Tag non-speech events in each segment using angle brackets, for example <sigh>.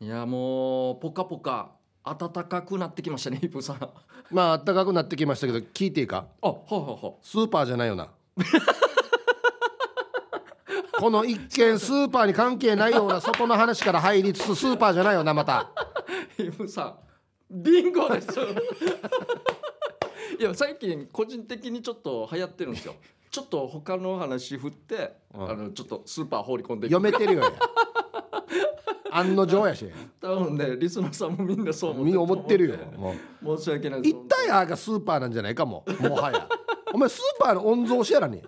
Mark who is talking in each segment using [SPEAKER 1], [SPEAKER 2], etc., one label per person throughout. [SPEAKER 1] いやもうポカポカ暖かくなってきましたねイプさんあ
[SPEAKER 2] まあ暖かくなってきましたけど聞いていいか
[SPEAKER 1] ははは
[SPEAKER 2] スーパーじゃない
[SPEAKER 1] <laughs>
[SPEAKER 2] よなこの一見スーパーに関係ないような外の話から入りつつスーパーじゃないよなまた
[SPEAKER 1] イプさんビンゴですいや最近個人的にちょっと流行ってるんですよちょっと他の話振って、
[SPEAKER 2] うん
[SPEAKER 1] あのちょっとスーパー放り込んで
[SPEAKER 2] 読めてるよや案の定やし
[SPEAKER 1] 多分ねリスナーさんもみんなそう思って
[SPEAKER 2] みんな思ってるよもう
[SPEAKER 1] 申し訳ないです
[SPEAKER 2] 一体あーがスーパーなんじゃないかももはやお前スーパーの御曹司やらに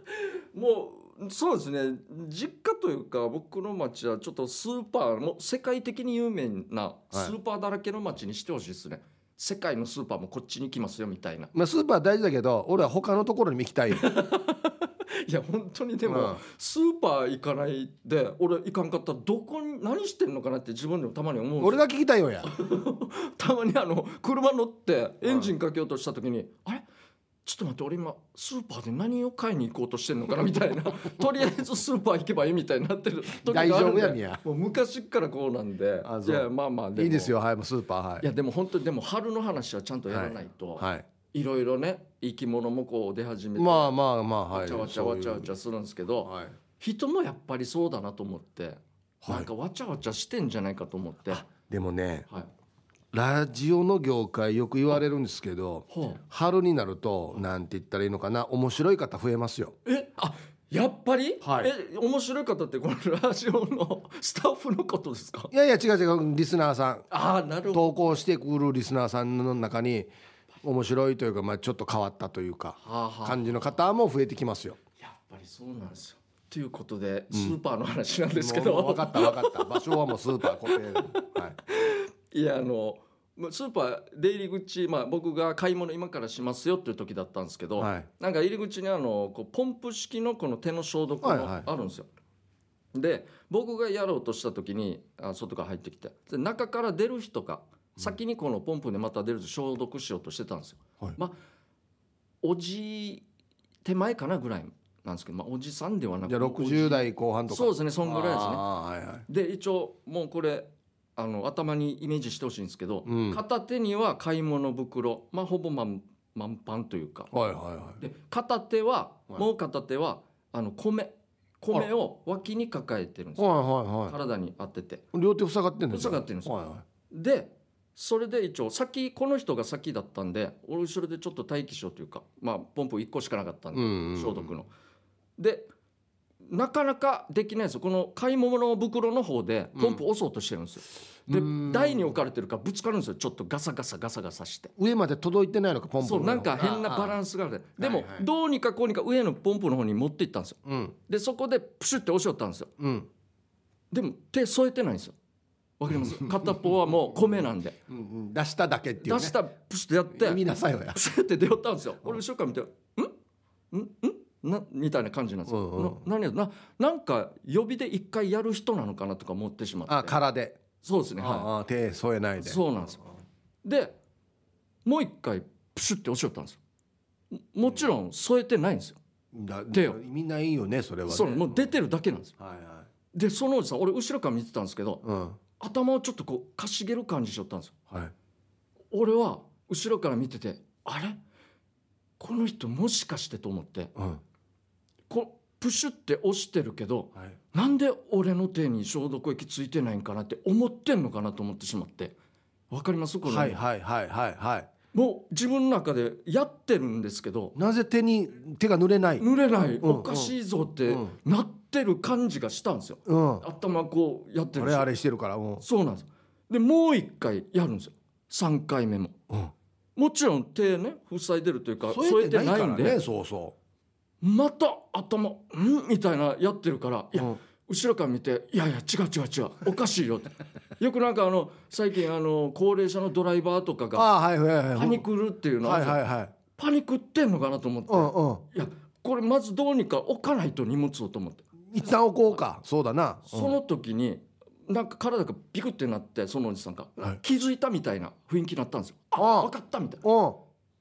[SPEAKER 1] もうそうですね実家というか僕の町はちょっとスーパーも世界的に有名なスーパーだらけの町にしてほしいですね、世界のスーパーもこっちに来ますよみたいな
[SPEAKER 2] まあ、スーパー大事だけど俺は他のところにも行きたいよ
[SPEAKER 1] <laughs> いや本当にでも、
[SPEAKER 2] うん
[SPEAKER 1] スーパー行かないで俺行かんかったらどこに何してんのかなって自分でもたまに思うんですよ
[SPEAKER 2] 俺が聞きたいよや
[SPEAKER 1] たまにあの車乗ってエンジンかけようとした時に、あれちょっと待って俺今スーパーで何を買いに行こうとしてんのかなみた
[SPEAKER 2] <laughs>
[SPEAKER 1] いなとりあえずスーパー行けばいいみたいになってる時があるんで
[SPEAKER 2] 大丈夫やみや
[SPEAKER 1] もう昔っからこうなんで
[SPEAKER 2] あ
[SPEAKER 1] い
[SPEAKER 2] そう
[SPEAKER 1] やまあまあも
[SPEAKER 2] いいですよはいもうスーパーはい
[SPEAKER 1] いやでも本当にでも春の話はちゃんとやらないと、
[SPEAKER 2] はい
[SPEAKER 1] い、ろいろね生き物もこう出始めて、
[SPEAKER 2] まあまあまあは
[SPEAKER 1] わ
[SPEAKER 2] い
[SPEAKER 1] ちゃわちゃわちゃわち
[SPEAKER 2] ゃ
[SPEAKER 1] ゃするんですけど、
[SPEAKER 2] はい
[SPEAKER 1] 人もやっぱりそうだなと思って、
[SPEAKER 2] はい
[SPEAKER 1] なんかわちゃわちゃしてんじゃないかと思って、はい、
[SPEAKER 2] でもねラジオの業界よく言われるんですけど
[SPEAKER 1] ほう
[SPEAKER 2] 春になるとなんて言ったらいいのかな面白い方増えますよ
[SPEAKER 1] えあやっぱり、
[SPEAKER 2] はい
[SPEAKER 1] え面白い方ってこのラジオの <laughs> スタッフのことですか
[SPEAKER 2] いやいや違う違うリスナーさん
[SPEAKER 1] ああなるほど
[SPEAKER 2] 投稿してくるリスナーさんの中に面白いというか、まあ、ちょっと変わったというか
[SPEAKER 1] はあ、はあ、
[SPEAKER 2] 感じの方も増えてきますよ
[SPEAKER 1] やっぱりそうなんですよということでスーパーの話なんですけど、
[SPEAKER 2] もうもう分かった分かった場所はもうスーパー固定、はい、
[SPEAKER 1] <laughs> いやあのまスーパー出入り口、まあ、僕が買い物今からしますよっていう時だったんですけ <laughs> ど、
[SPEAKER 2] はい
[SPEAKER 1] なんか入り口にあのこうポンプ式のこの手の消毒の
[SPEAKER 2] はいはい
[SPEAKER 1] あるんですよ。で僕がやろうとした時にあ外から入ってきてで中から出る人が先にこのポンプでまた出ると消毒しようとしてたんですよ。
[SPEAKER 2] はい
[SPEAKER 1] まあおじ手前かなぐらいなんですけど、まあ、おじさんではなく
[SPEAKER 2] じゃあ
[SPEAKER 1] おじ
[SPEAKER 2] 60代後半とか
[SPEAKER 1] そうですねそんぐらいですね。
[SPEAKER 2] あーはいはい
[SPEAKER 1] で一応もうこれあの頭にイメージしてほしいんですけど、
[SPEAKER 2] うん
[SPEAKER 1] 片手には買い物袋、まあ、ほぼ満満パンというか
[SPEAKER 2] はいはいは
[SPEAKER 1] で片手は、
[SPEAKER 2] はい
[SPEAKER 1] もう片手はあの米米を脇に抱えてるんです
[SPEAKER 2] い
[SPEAKER 1] よ
[SPEAKER 2] はいは
[SPEAKER 1] 体に当てて
[SPEAKER 2] い両手塞がってんです
[SPEAKER 1] 塞がってるんですよ
[SPEAKER 2] はいはい
[SPEAKER 1] でそれで一応先この人が先だったんで俺後ろでちょっと待機しようというか、まあ、ポンプ1個しかなかったんで、
[SPEAKER 2] うんうんうん
[SPEAKER 1] 消毒の。でなかなかできないんですよこの買い物袋の方でポンプ押そうとしてるんですよ、
[SPEAKER 2] う
[SPEAKER 1] で
[SPEAKER 2] ん
[SPEAKER 1] 台に置かれてるからぶつかるんですよちょっとガサガサガサガサして
[SPEAKER 2] 上まで届いてないのかポンポン
[SPEAKER 1] そうなんか変なバラ
[SPEAKER 2] ンス
[SPEAKER 1] ンスがあるでも
[SPEAKER 2] はいはい
[SPEAKER 1] どうにかこうにか上のポンプの方に持っていったんですよ
[SPEAKER 2] うん
[SPEAKER 1] でそこでプシュって押しよったんですよ
[SPEAKER 2] うん
[SPEAKER 1] でも手添えてないんですよわか
[SPEAKER 2] <laughs>
[SPEAKER 1] ります片方はもう米なんで
[SPEAKER 2] うんうん出しただけっていう
[SPEAKER 1] 出
[SPEAKER 2] ね
[SPEAKER 1] したらプシュってやって
[SPEAKER 2] 意味なさいよや
[SPEAKER 1] プシュって出よったんですよ俺後ろから見て「んんんなみたいな感じなんですよ、
[SPEAKER 2] うんうん
[SPEAKER 1] な何やななんか予備で一回やる人なのかなとか思ってしまって
[SPEAKER 2] あ空で
[SPEAKER 1] そうですねはい
[SPEAKER 2] ああ手添えないで
[SPEAKER 1] そうなんですよでもう一回プシュって押しよったんですよももちろん添えてないんですよ、
[SPEAKER 2] だ
[SPEAKER 1] 手を
[SPEAKER 2] 意味ないよねそれはね
[SPEAKER 1] そうもう出てるだけなんですよ
[SPEAKER 2] はいはい
[SPEAKER 1] でそのおじさん俺後ろから見てたんですけど
[SPEAKER 2] うん
[SPEAKER 1] 頭をちょっとこうかしげる感じしよったんですよ
[SPEAKER 2] はい
[SPEAKER 1] 俺は後ろから見ててあれこの人もしかしてと思って
[SPEAKER 2] うん
[SPEAKER 1] こプシュって押してるけど
[SPEAKER 2] はい
[SPEAKER 1] なんで俺の手に消毒液ついてないんかなって思ってんのかなと思ってしまってわかりますこれ、
[SPEAKER 2] はいはいはいはいはい
[SPEAKER 1] もう自分の中でやってるんですけど
[SPEAKER 2] なぜ手に手が濡れない
[SPEAKER 1] 濡れない、
[SPEAKER 2] うん
[SPEAKER 1] おかしいぞって
[SPEAKER 2] うん
[SPEAKER 1] なってる感じがしたんですよ、
[SPEAKER 2] うんあ
[SPEAKER 1] 頭こうやってるし
[SPEAKER 2] れあれしてるからも
[SPEAKER 1] そうなんですでもう一回やるんですよ3回目も
[SPEAKER 2] ううん
[SPEAKER 1] もちろん手ね塞いでるというか
[SPEAKER 2] 添
[SPEAKER 1] 添
[SPEAKER 2] え
[SPEAKER 1] え
[SPEAKER 2] て
[SPEAKER 1] て
[SPEAKER 2] な
[SPEAKER 1] ないい
[SPEAKER 2] から
[SPEAKER 1] んで
[SPEAKER 2] ねそうそ
[SPEAKER 1] また頭「ん?」みたいなやってるから
[SPEAKER 2] う
[SPEAKER 1] いや、
[SPEAKER 2] うん
[SPEAKER 1] 後ろから見て「いやいや違う違う違うおかしいよ」って <laughs> よくなんかあの最近あの高齢者のドライバーとかが
[SPEAKER 2] ああはいはいはい
[SPEAKER 1] パニクるっていうの
[SPEAKER 2] はいはい
[SPEAKER 1] は
[SPEAKER 2] はい
[SPEAKER 1] パニクってんのかなと思って、
[SPEAKER 2] うんうん
[SPEAKER 1] いやこれまずどうにか置かないと荷物をと思って。
[SPEAKER 2] 一旦置こうかそうだなうん
[SPEAKER 1] その時になんか体がビクってなってそのおじさんが、
[SPEAKER 2] はい
[SPEAKER 1] 気づいたみたいな雰囲気になったんですよ。あ
[SPEAKER 2] ああ
[SPEAKER 1] 分かったみたいな。
[SPEAKER 2] うん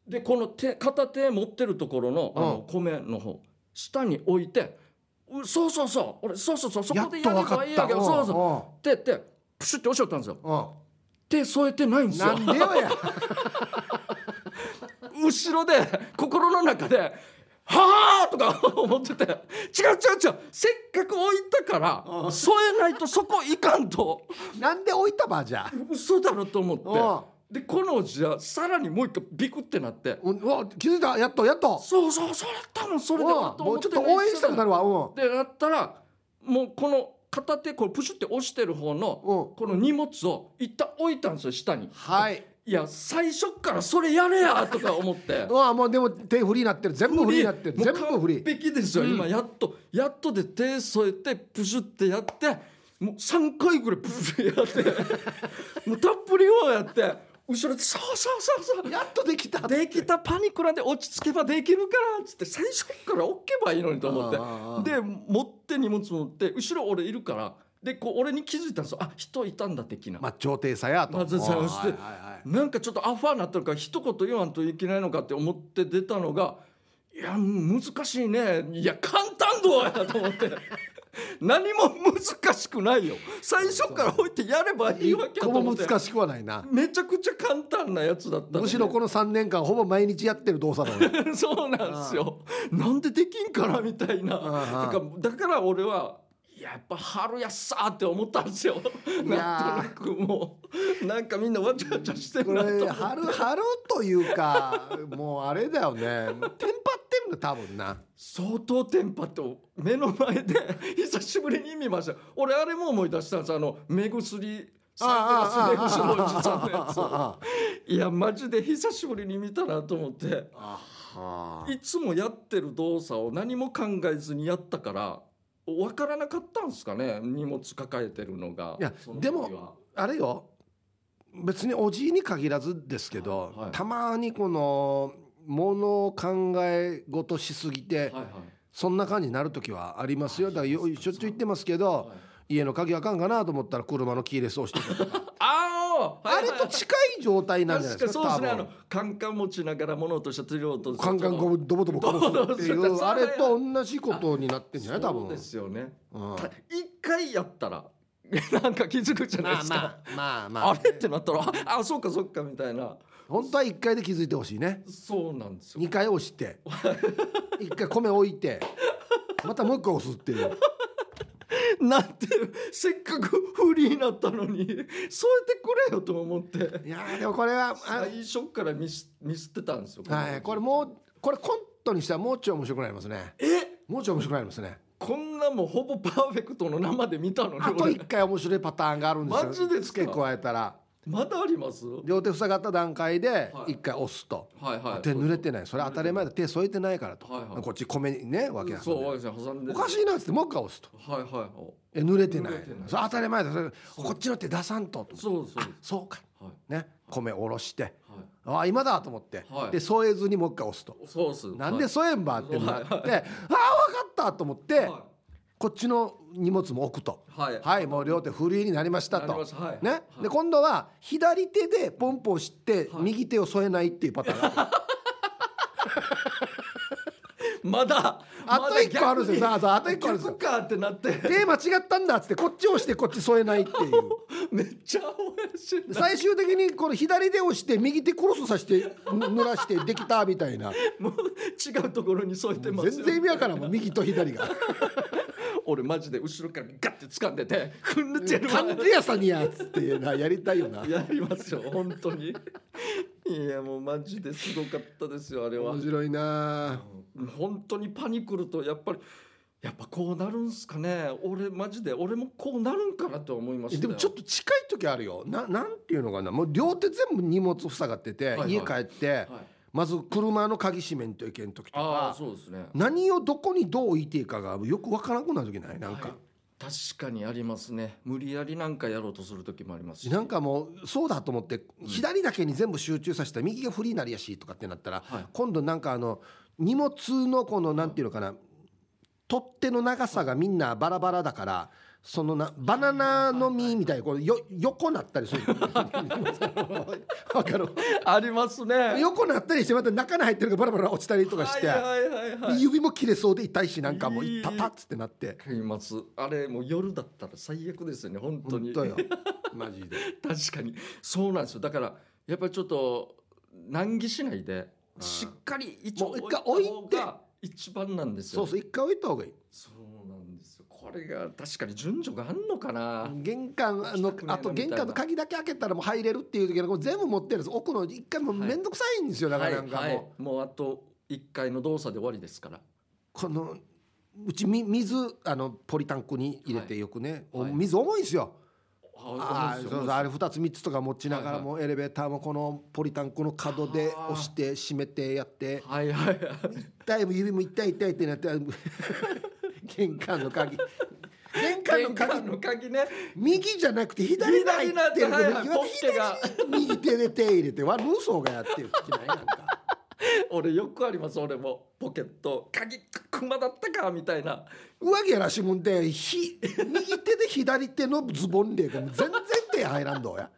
[SPEAKER 1] でこの手片手持ってるところのあの米の方下に置いて「うそうそうそう俺そうそうそうそ
[SPEAKER 2] や
[SPEAKER 1] こ
[SPEAKER 2] っ
[SPEAKER 1] で
[SPEAKER 2] と
[SPEAKER 1] やれ
[SPEAKER 2] 分か
[SPEAKER 1] ばいい
[SPEAKER 2] っ
[SPEAKER 1] や
[SPEAKER 2] た
[SPEAKER 1] けどそうそう」って言ってプシュって押しちゃったんですよ
[SPEAKER 2] う
[SPEAKER 1] 手添えてないんで
[SPEAKER 2] ん
[SPEAKER 1] す
[SPEAKER 2] な
[SPEAKER 1] よ
[SPEAKER 2] んでよや <laughs>
[SPEAKER 1] 後ろで心の中で「はあ!」とか <laughs> 思ってて「違う違う違うせっかく置いたから添えないとそこいかんと
[SPEAKER 2] なんで置いたばじゃ
[SPEAKER 1] 嘘だろ」と思
[SPEAKER 2] あ
[SPEAKER 1] ってでこの字はさらにもう一回ビクってなって
[SPEAKER 2] うんうわ気づいたやっとや
[SPEAKER 1] 「
[SPEAKER 2] っと
[SPEAKER 1] そうそうそうだったもんそれで
[SPEAKER 2] うん
[SPEAKER 1] は」
[SPEAKER 2] もうちょっと応援したくなるわうん
[SPEAKER 1] でなったらもうこの片手こうプシュって押してる方の
[SPEAKER 2] うん
[SPEAKER 1] この荷物を一旦置いたんですよ下に。
[SPEAKER 2] はい
[SPEAKER 1] いや最初からそれやれやとか思って
[SPEAKER 2] う。わもうでも手フリーになってる <laughs> 全部フリーになってる
[SPEAKER 1] もう
[SPEAKER 2] 全部フ
[SPEAKER 1] 完
[SPEAKER 2] リー
[SPEAKER 1] 璧ですよ、
[SPEAKER 2] うん
[SPEAKER 1] 今やっとやっとで手添えてプシュってやってもう3回ぐらいプシュってやって
[SPEAKER 2] <laughs>
[SPEAKER 1] もうたっぷりをやって後ろで「そうそうそうそう」
[SPEAKER 2] やっとできた
[SPEAKER 1] できたパニクラで落ち着けばできるからっつって最初から置けばいいのにと
[SPEAKER 2] あああ
[SPEAKER 1] 思
[SPEAKER 2] あ
[SPEAKER 1] ってで持って荷物持って後ろ俺いるからでこう俺に気づいたんですよあ人いたんだ的な、
[SPEAKER 2] まあ調停さやと
[SPEAKER 1] まずさそして
[SPEAKER 2] うんはいはいはい
[SPEAKER 1] なんかちょっとアファーになってるから一言言わんといけないのかって思って出たのがいや難しいねいや簡単度やと思って <laughs> 何も難しくないよ最初から置いてやればいいわけ
[SPEAKER 2] 一
[SPEAKER 1] やと
[SPEAKER 2] 個も
[SPEAKER 1] 思って
[SPEAKER 2] 難しくはないな
[SPEAKER 1] めちゃくちゃ簡単なやつだったの
[SPEAKER 2] む
[SPEAKER 1] で
[SPEAKER 2] しろこの3年間ほぼ毎日やってる動作だ
[SPEAKER 1] <laughs>
[SPEAKER 2] 俺
[SPEAKER 1] そうなんですよなんでできんかなみたいな
[SPEAKER 2] ああ
[SPEAKER 1] だからだから俺はいややっぱ春やっさーって思ったんですよ
[SPEAKER 2] い
[SPEAKER 1] なんとな
[SPEAKER 2] やー
[SPEAKER 1] くもうなんかみんなわちゃわちゃして
[SPEAKER 2] こ
[SPEAKER 1] るなと思っ
[SPEAKER 2] れ
[SPEAKER 1] て
[SPEAKER 2] 春春というかもうあれだよねテンパってるんだ多分な
[SPEAKER 1] 相当テンパって目の前で <laughs> 久しぶりに見ました俺あれも思い出したんですあの目薬サングラス目薬のおじさんのや
[SPEAKER 2] あ
[SPEAKER 1] ついやマジで久しぶりに見たなと思って
[SPEAKER 2] ああ
[SPEAKER 1] いつもやってる動作を何も考えずにやったから分からなかったんですかね荷物抱えてるのが
[SPEAKER 2] いや
[SPEAKER 1] その
[SPEAKER 2] で
[SPEAKER 1] 時は
[SPEAKER 2] もあれよ別におじいに限らずですけど、
[SPEAKER 1] はいはい
[SPEAKER 2] たまにこのものを考え事しすぎて、
[SPEAKER 1] はいはい
[SPEAKER 2] そんな感じになる時はありますよだからよしょっちゅう言ってますけ
[SPEAKER 1] は
[SPEAKER 2] ど、
[SPEAKER 1] い
[SPEAKER 2] 家の鍵あかんかなと思ったら車のキーレス押してたとか
[SPEAKER 1] あー
[SPEAKER 2] あ
[SPEAKER 1] はい
[SPEAKER 2] れ
[SPEAKER 1] はいはい
[SPEAKER 2] と近い状態なんじゃない
[SPEAKER 1] 確
[SPEAKER 2] で
[SPEAKER 1] か
[SPEAKER 2] すか
[SPEAKER 1] そうですねあ
[SPEAKER 2] 多
[SPEAKER 1] の
[SPEAKER 2] 分
[SPEAKER 1] カンカン持ちながら物音したてる音
[SPEAKER 2] カンカンゴブドボドボこぼすってい
[SPEAKER 1] ドボドボ
[SPEAKER 2] う
[SPEAKER 1] する
[SPEAKER 2] あれと同じことになってんじゃない多
[SPEAKER 1] そう
[SPEAKER 2] 分
[SPEAKER 1] ですよね
[SPEAKER 2] うん
[SPEAKER 1] た一回やったら <laughs> なんか気づくじゃないですか、
[SPEAKER 2] まあま
[SPEAKER 1] あれってなったらああそうかそうかみたいな
[SPEAKER 2] 本当は1回で気づいてほしいね
[SPEAKER 1] そうなんですよ
[SPEAKER 2] 2回押して
[SPEAKER 1] <laughs>
[SPEAKER 2] 1回米置いてまたもう1個押すっていう
[SPEAKER 1] なんてせっかくフリーになったのに添えてくれよと思って
[SPEAKER 2] いやーでもこれはあ
[SPEAKER 1] 最初から見す見捨てたんですよ
[SPEAKER 2] はいこれもうこれコントにしたらもうちょい面白くなりますね
[SPEAKER 1] え
[SPEAKER 2] もうちょい面白くなりますね
[SPEAKER 1] こんなもうほぼパーフェクトの生で見たのに
[SPEAKER 2] あと
[SPEAKER 1] <laughs> 俺
[SPEAKER 2] 1回面白いパターンがあるんですよ
[SPEAKER 1] マジですか
[SPEAKER 2] 付け加えたら
[SPEAKER 1] まだありますは
[SPEAKER 2] 両手塞がった段階で
[SPEAKER 1] はい
[SPEAKER 2] 1回押すと、
[SPEAKER 1] いはい
[SPEAKER 2] 手濡れてないそれ当たり前だ手添えてないからと、
[SPEAKER 1] はいはい
[SPEAKER 2] こっち米にねわけだから
[SPEAKER 1] そうわけですね挟んで
[SPEAKER 2] おかしいなっつってもう1回押すと
[SPEAKER 1] はいはいはい
[SPEAKER 2] え濡れてない
[SPEAKER 1] 濡れてない
[SPEAKER 2] それ当たり前だそれこっちの手出さんとと
[SPEAKER 1] そうそう
[SPEAKER 2] そうか
[SPEAKER 1] はい
[SPEAKER 2] ね米おろして
[SPEAKER 1] はい
[SPEAKER 2] あ今だと思って、
[SPEAKER 1] はい
[SPEAKER 2] で添えずにもう一回押すと、
[SPEAKER 1] そうっす
[SPEAKER 2] なんで
[SPEAKER 1] はい
[SPEAKER 2] 添えんばってなって、
[SPEAKER 1] はい
[SPEAKER 2] ああ分かったと思って、
[SPEAKER 1] はい
[SPEAKER 2] こっちの荷物も置くと
[SPEAKER 1] はい
[SPEAKER 2] もう両手フリーになりましたと
[SPEAKER 1] なりましたはい
[SPEAKER 2] ね
[SPEAKER 1] はい
[SPEAKER 2] で今度は左手でポンポンして、
[SPEAKER 1] はい
[SPEAKER 2] 右手を添えないっていうパターンがある
[SPEAKER 1] まだ
[SPEAKER 2] あと一個あるんですよ
[SPEAKER 1] まだ逆に
[SPEAKER 2] さあさああと一個あるんですよ
[SPEAKER 1] 逆かってなって
[SPEAKER 2] 手間違ったんだっつってこっち押してこっち添えないって
[SPEAKER 1] <laughs>
[SPEAKER 2] いう。
[SPEAKER 1] めっちゃ面白い
[SPEAKER 2] で最終的にこの左手押して右手クロスさしてぬ濡らしてできたみたいな
[SPEAKER 1] もう違うところに添えてますよ
[SPEAKER 2] 全然意味わからんもん右と
[SPEAKER 1] <laughs>
[SPEAKER 2] 左が
[SPEAKER 1] 俺マジで後ろからガッて掴んでてくんぬってやるわ
[SPEAKER 2] 関係屋さんにやっつっていうなやりたいよな
[SPEAKER 1] やります
[SPEAKER 2] <laughs>
[SPEAKER 1] よ本当にいやもうマジですごかったですよあれは
[SPEAKER 2] 面白いな
[SPEAKER 1] 本当にパニクるとやっぱりやっぱこうなるんすかね俺マジで俺もこうなるんかなと思いました
[SPEAKER 2] でもちょっ
[SPEAKER 1] と
[SPEAKER 2] と近い時あるよななんていうのかなもう両手全部荷物塞がってて、
[SPEAKER 1] はいはい
[SPEAKER 2] 家帰って、
[SPEAKER 1] はい
[SPEAKER 2] まず車の鍵閉めんといけん時と
[SPEAKER 1] ああ
[SPEAKER 2] か
[SPEAKER 1] そうですね
[SPEAKER 2] 何をどこにどう置いていいかがよくわからなくなる時ないなん
[SPEAKER 1] は
[SPEAKER 2] か、
[SPEAKER 1] い確かにありますね無理やりなんかやろうとする時もあります
[SPEAKER 2] <laughs>
[SPEAKER 1] し
[SPEAKER 2] なんかもうそうだと思って左だけに全部集中させたら右がフリーになりやしとかってなったら、
[SPEAKER 1] はい
[SPEAKER 2] 今度なんかあの荷物のこのなんていうのかな取っ手の長さがみんなバラバラだからそのなバナナの実みたいにこれよ横なったりする <laughs> わかる
[SPEAKER 1] ありますね
[SPEAKER 2] 横なったりしてまた中に入ってるからバラバラ落ちたりとかして、
[SPEAKER 1] はいはいはいはい
[SPEAKER 2] 指も切れそうで痛いしなんかもう
[SPEAKER 1] いい
[SPEAKER 2] いたたっつってなって
[SPEAKER 1] 買いますあれもう夜だったら最悪ですよね本当
[SPEAKER 2] 本
[SPEAKER 1] に
[SPEAKER 2] 当よマジ
[SPEAKER 1] <laughs>
[SPEAKER 2] で
[SPEAKER 1] 確かにそうなんですよだからやっぱりちょっと難儀しないで
[SPEAKER 2] うん
[SPEAKER 1] しっかり一応
[SPEAKER 2] もう一回
[SPEAKER 1] 置いた
[SPEAKER 2] 置いて
[SPEAKER 1] 方が一番なんです
[SPEAKER 2] そ
[SPEAKER 1] よ
[SPEAKER 2] うそう一回置いた方がいい
[SPEAKER 1] そうなんですよこれが確かに順序があんのかな
[SPEAKER 2] 玄関の
[SPEAKER 1] 来たくねえな
[SPEAKER 2] あと玄関の
[SPEAKER 1] みたい
[SPEAKER 2] 鍵だけ開けたらもう入れるっていう時はこれ全部持ってるんです奥の一回もう
[SPEAKER 1] はい
[SPEAKER 2] 面倒くさいんですよだからなんかもう、
[SPEAKER 1] はいはいもうあと一回の動作で終わりですから
[SPEAKER 2] このうちみ水あのポリタンクに入れてよくね、お
[SPEAKER 1] はい
[SPEAKER 2] 水重いんですよ、
[SPEAKER 1] あ
[SPEAKER 2] ああ
[SPEAKER 1] ー思
[SPEAKER 2] そうそ
[SPEAKER 1] ん
[SPEAKER 2] う
[SPEAKER 1] ですよ
[SPEAKER 2] あれ2つ3つとか持ちな
[SPEAKER 1] はい
[SPEAKER 2] がら
[SPEAKER 1] はい
[SPEAKER 2] もうエレベーターもこのポリタンクの角で押して閉めてやって
[SPEAKER 1] はいはいはい
[SPEAKER 2] 痛いも指も痛い痛いってなって <laughs> 玄関の鍵玄関の
[SPEAKER 1] 玄
[SPEAKER 2] 鍵
[SPEAKER 1] 関の鍵ね
[SPEAKER 2] 右じゃなくて左が入ってる
[SPEAKER 1] 左なんだはいはい
[SPEAKER 2] 右は
[SPEAKER 1] ポッケが
[SPEAKER 2] 右手で手入れてわ無双がやってる時ないなんか
[SPEAKER 1] 俺よくあります俺もポケット鍵熊だったかみたいな
[SPEAKER 2] 上着やらしもんでひ右手で左手のズボンで全然手入らんどうや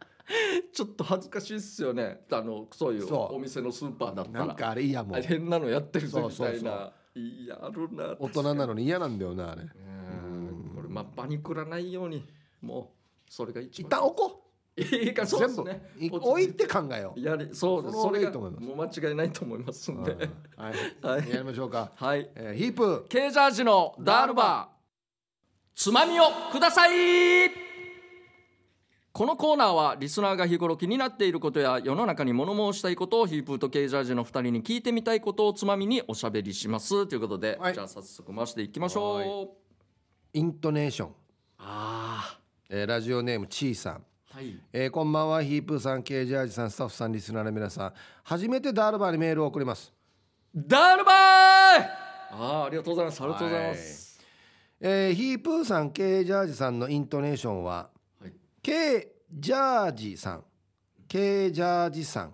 [SPEAKER 1] ちょっと恥ずかしいっすよねあのそういう
[SPEAKER 2] そう
[SPEAKER 1] お店のスーパーだったら
[SPEAKER 2] なんかあれ嫌も
[SPEAKER 1] あ
[SPEAKER 2] う
[SPEAKER 1] れ変なのやってるぞみ
[SPEAKER 2] そう
[SPEAKER 1] た
[SPEAKER 2] そう
[SPEAKER 1] い
[SPEAKER 2] そう
[SPEAKER 1] ないやあるな
[SPEAKER 2] 大人なのに嫌なんだよなあれ
[SPEAKER 1] うんこれまあ場にくらないようにもうそれが一
[SPEAKER 2] 一
[SPEAKER 1] 番
[SPEAKER 2] 旦置こ
[SPEAKER 1] いいか
[SPEAKER 2] う
[SPEAKER 1] そうで
[SPEAKER 2] 全
[SPEAKER 1] す
[SPEAKER 2] 部
[SPEAKER 1] ね
[SPEAKER 2] い
[SPEAKER 1] 落ち着
[SPEAKER 2] 置いて考えよう
[SPEAKER 1] やりそうです
[SPEAKER 2] その
[SPEAKER 1] そ
[SPEAKER 2] 方が
[SPEAKER 1] れ
[SPEAKER 2] いい
[SPEAKER 1] が
[SPEAKER 2] と思います
[SPEAKER 1] もう間違いないと思いますんで
[SPEAKER 2] うんは
[SPEAKER 1] はい
[SPEAKER 2] いやりましょうか
[SPEAKER 1] はい
[SPEAKER 2] えーヒープ
[SPEAKER 1] ケージャージのダールバーつまみをくださいこのコーナーはリスナーが日頃気になっていることや世の中に物申したいことをヒープーとケージャージの2人に聞いてみたいことをつまみにおしゃべりしますということで、
[SPEAKER 2] はい
[SPEAKER 1] じゃあ早速回していきましょう、
[SPEAKER 2] はいイントネーション
[SPEAKER 1] あ
[SPEAKER 2] えーラジオネームちいさん
[SPEAKER 1] あはい
[SPEAKER 2] えーこんばんはヒープーさんケージャージさんスタッフさんリスナーの皆さん初めてダールバーにメールを送ります
[SPEAKER 1] ダールバーああーありがとうございますありがとうございます、
[SPEAKER 2] えーヒープーさんケージャージさんのイントネーションは
[SPEAKER 1] はい
[SPEAKER 2] ケージャージさんケージャージさ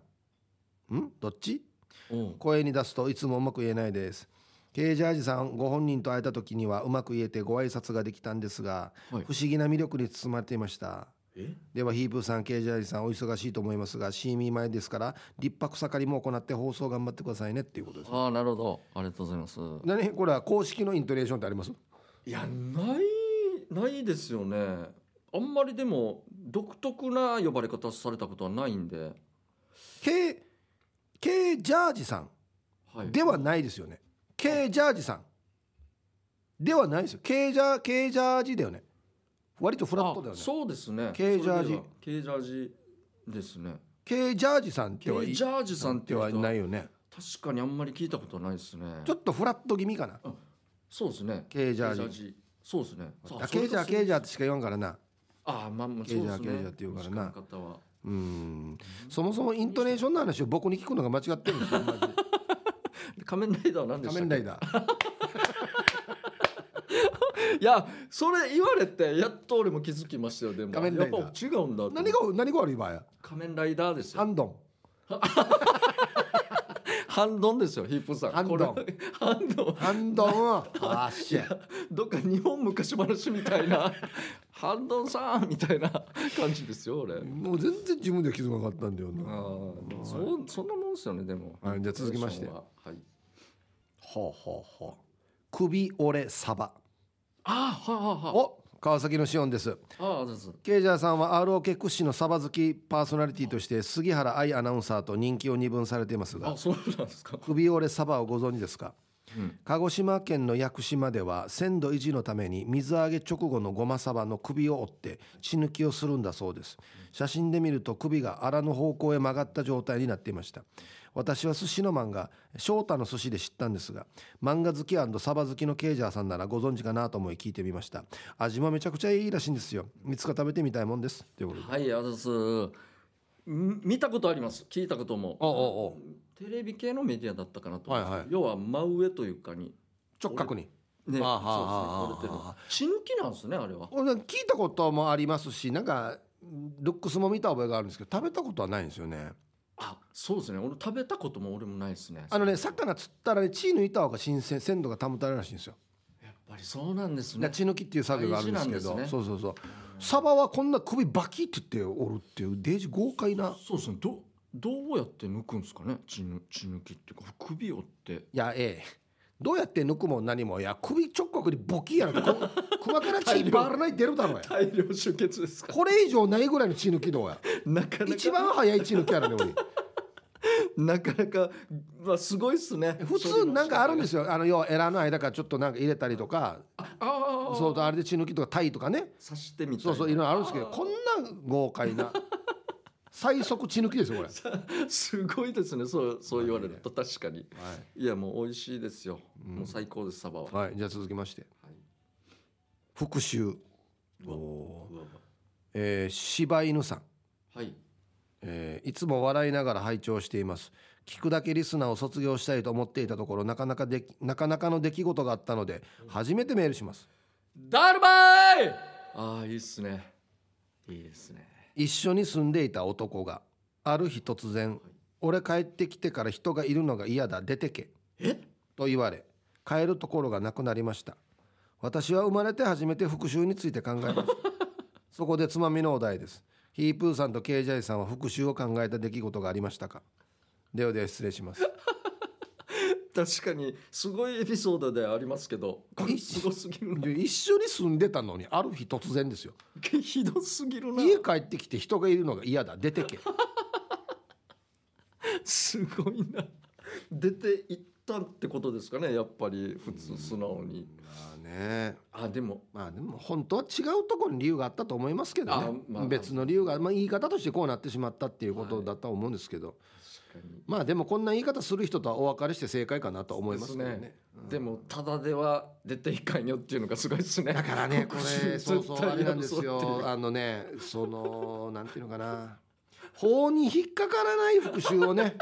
[SPEAKER 2] んんどっち
[SPEAKER 1] うん
[SPEAKER 2] 声に出すといつもうまく言えないですケージャージさんご本人と会えた時にはうまく言えてご挨拶ができたんですが、
[SPEAKER 1] はい
[SPEAKER 2] 不思議な魅力に包まれていました
[SPEAKER 1] え
[SPEAKER 2] ではヒープーさんケージャージさんお忙しいと思いますがシーミー前ですから立派草刈りも行って放送頑張ってくださいねっていうことです
[SPEAKER 1] ああなるほどありがとうございます
[SPEAKER 2] 何これは公式のイントネーションってあります
[SPEAKER 1] いやないないですよねあんまりでも独特な呼ばれ方されたことはないんで、
[SPEAKER 2] ケーケージャージさん
[SPEAKER 1] はい、
[SPEAKER 2] ではないですよねケージャージさんではないですよケージャーケージャージだよね割とフラットだよ
[SPEAKER 1] あ
[SPEAKER 2] ね
[SPEAKER 1] そうですね
[SPEAKER 2] 軽ジャ
[SPEAKER 1] そ
[SPEAKER 2] ージ
[SPEAKER 1] れでは軽ジャージですね
[SPEAKER 2] ケージャージさんっては
[SPEAKER 1] 軽
[SPEAKER 2] い
[SPEAKER 1] ジャージさんって
[SPEAKER 2] で
[SPEAKER 1] いう
[SPEAKER 2] は
[SPEAKER 1] 人は
[SPEAKER 2] ないよね
[SPEAKER 1] 確かにあんまり聞いたことないですね
[SPEAKER 2] ちょっとフラット気味かな
[SPEAKER 1] そうですね
[SPEAKER 2] ケージャージ
[SPEAKER 1] 軽そうですねさ
[SPEAKER 2] あ
[SPEAKER 1] それ
[SPEAKER 2] ケージャー
[SPEAKER 1] それ
[SPEAKER 2] ケージャーってしか言わんからな
[SPEAKER 1] あまあまあ
[SPEAKER 2] ケ
[SPEAKER 1] そうで
[SPEAKER 2] ージャー
[SPEAKER 1] すね
[SPEAKER 2] ケージャーって言うからな
[SPEAKER 1] 確かに方は
[SPEAKER 2] うんそもそもイントネーションの話を僕に聞くのが間違ってるんで
[SPEAKER 1] <laughs>
[SPEAKER 2] すよマジで
[SPEAKER 1] 仮面ライダーは何でし
[SPEAKER 2] 仮
[SPEAKER 1] たっけ
[SPEAKER 2] 面ライダー
[SPEAKER 1] いやそれ言われてやっと俺も気づきましたよでも
[SPEAKER 2] 仮面ライダー
[SPEAKER 1] やっぱ違うんだと
[SPEAKER 2] 何が何が悪い場合や
[SPEAKER 1] 仮面ライダーですよ
[SPEAKER 2] ハンドン
[SPEAKER 1] ハンドンですよ、ヒップさん。
[SPEAKER 2] ハンド
[SPEAKER 1] こ
[SPEAKER 2] ン
[SPEAKER 1] れ。ハンドン。
[SPEAKER 2] ハンドンはあっしゃ
[SPEAKER 1] どっか日本昔話みたいな。ハンドンさんみたいな感じですよ、俺。あ
[SPEAKER 2] もう全然自分では気づかなかったんだよな
[SPEAKER 1] あ
[SPEAKER 2] は
[SPEAKER 1] そう、そんなもんですよね、でも。
[SPEAKER 2] はいじゃあ続きまして
[SPEAKER 1] ははい。
[SPEAKER 2] あはあはあ首折れサバ
[SPEAKER 1] ああ、はあ、はあ。
[SPEAKER 2] お川崎のシオンです
[SPEAKER 1] ああ、そうそう。
[SPEAKER 2] ケイジャーさんは ROK 屈指のサバ好きパーソナリティとして杉原愛アナウンサーと人気を二分されていますが
[SPEAKER 1] あ、そうなんですか。
[SPEAKER 2] 首折れサバをご存知ですか、
[SPEAKER 1] うん
[SPEAKER 2] 鹿児島県の屋久島では鮮度維持のために水揚げ直後のゴマサバの首を折って血抜きをするんだそうです写真で見ると首が荒の方向へ曲がった状態になっていました私は寿司の漫画「翔太の寿司」で知ったんですが漫画好きサバ好きのケイジャーさんならご存知かなと思い聞いてみました味もめちゃくちゃいいらしいんですよいつか食べてみたいもんですということで
[SPEAKER 1] はい、あざす。ん見たことあります。聞いたことも。
[SPEAKER 2] おうおうおう
[SPEAKER 1] テレビ系のメディアだったかなと思うんです
[SPEAKER 2] はいはい
[SPEAKER 1] 要は真上というかに。
[SPEAKER 2] 直角に
[SPEAKER 1] ね、
[SPEAKER 2] あはあ
[SPEAKER 1] そうですね。取れてる
[SPEAKER 2] はあはあ。
[SPEAKER 1] 新規なんですね、あれは。
[SPEAKER 2] 俺聞いたこともありますしなんかルックスも見た覚えがあるんですけど食べたことはないんですよね
[SPEAKER 1] あ、そうですね。俺食べたことも俺もないですね。
[SPEAKER 2] あのね魚釣ったらね血抜いた方が新鮮鮮度が保たれるらしいんですよ
[SPEAKER 1] やっぱぱりそうなんです
[SPEAKER 2] な
[SPEAKER 1] ね
[SPEAKER 2] 血抜きっていう作業があるんですけ
[SPEAKER 1] 大事な
[SPEAKER 2] ど
[SPEAKER 1] んですね
[SPEAKER 2] そうそうそうサバはこんな首バキってっておるっていうデージ豪快な
[SPEAKER 1] そうですねどどうやって抜くんですかね血ぬ血抜きっていうか首折って
[SPEAKER 2] いやええどうやって抜くも何もいや首直角にボキやなく <laughs> こ熊から血バらない出るだろうや
[SPEAKER 1] 大量出血ですか
[SPEAKER 2] これ以上ないぐらいの血抜きどうや
[SPEAKER 1] <laughs> なかなか
[SPEAKER 2] 一番早い血抜きやらね <laughs> 俺
[SPEAKER 1] なかなか、まあ、すごいっすね
[SPEAKER 2] 普通なんかあるんですすよあの要はエラの間からちょっとなんか入れたりとか
[SPEAKER 1] ああ
[SPEAKER 2] そう
[SPEAKER 1] だ
[SPEAKER 2] とあれで血抜きとかタイとかね
[SPEAKER 1] 刺してみたい
[SPEAKER 2] そ
[SPEAKER 1] な
[SPEAKER 2] うそういろいろあるんですけど
[SPEAKER 1] あ
[SPEAKER 2] こんな豪快な最速血抜きですよこれ、
[SPEAKER 1] すごいですねそうそう言われると確かに
[SPEAKER 2] はい
[SPEAKER 1] やもう美味しいですよ、もう最高ですサバは、
[SPEAKER 2] いはい、じゃあ続きまして
[SPEAKER 1] はい
[SPEAKER 2] 復讐
[SPEAKER 1] うわ
[SPEAKER 2] おー
[SPEAKER 1] うわ
[SPEAKER 2] えー柴犬さん、
[SPEAKER 1] はい
[SPEAKER 2] えーいつも笑いながら拝聴しています聞くだけリスナーを卒業したいと思っていたところなかなかできなかなかの出来事があったので初めてメールします
[SPEAKER 1] ダルバイああいいっすねいいですね
[SPEAKER 2] 一緒に住んでいた男がある日突然「俺帰ってきてから人がいるのが嫌だ出てけ」
[SPEAKER 1] え
[SPEAKER 2] と言われ帰るところがなくなりました私は生まれて初めて復讐について考えま <laughs> したそこでつまみのお題ですヒープーさんとケイジャイさんは復讐を考えた出来事がありましたかではでは失礼します
[SPEAKER 1] 確かにすごいエピソードでありますけどこれすごすぎるな
[SPEAKER 2] で一緒に住んでたのにある日突然ですよ <laughs>
[SPEAKER 1] ひどすぎるな
[SPEAKER 2] 家帰ってきて人がいるのが嫌だ出てけ
[SPEAKER 1] すごいな出て行ったってことですかねやっぱり普通素直に
[SPEAKER 2] まあね
[SPEAKER 1] あでも
[SPEAKER 2] まあでも本当は違うところに理由があったと思いますけどね
[SPEAKER 1] あ、まあ
[SPEAKER 2] 別の理由が、まあ、言い方としてこうなってしまったっていうことだとは思うんですけど、
[SPEAKER 1] 確かに
[SPEAKER 2] まあでもこんな言い方する人とはお別れして正解かなとは思いますけど
[SPEAKER 1] です
[SPEAKER 2] ね
[SPEAKER 1] ね。でもただでは出ていかんよっていうのがすごいですね
[SPEAKER 2] だからね
[SPEAKER 1] <laughs>
[SPEAKER 2] こ
[SPEAKER 1] 国士
[SPEAKER 2] れそうそう
[SPEAKER 1] 絶対
[SPEAKER 2] あれなんです
[SPEAKER 1] やるぞっ
[SPEAKER 2] よ
[SPEAKER 1] ていう
[SPEAKER 2] あのねそのなんていうのかな法に引っかからない復讐
[SPEAKER 1] <laughs>
[SPEAKER 2] をね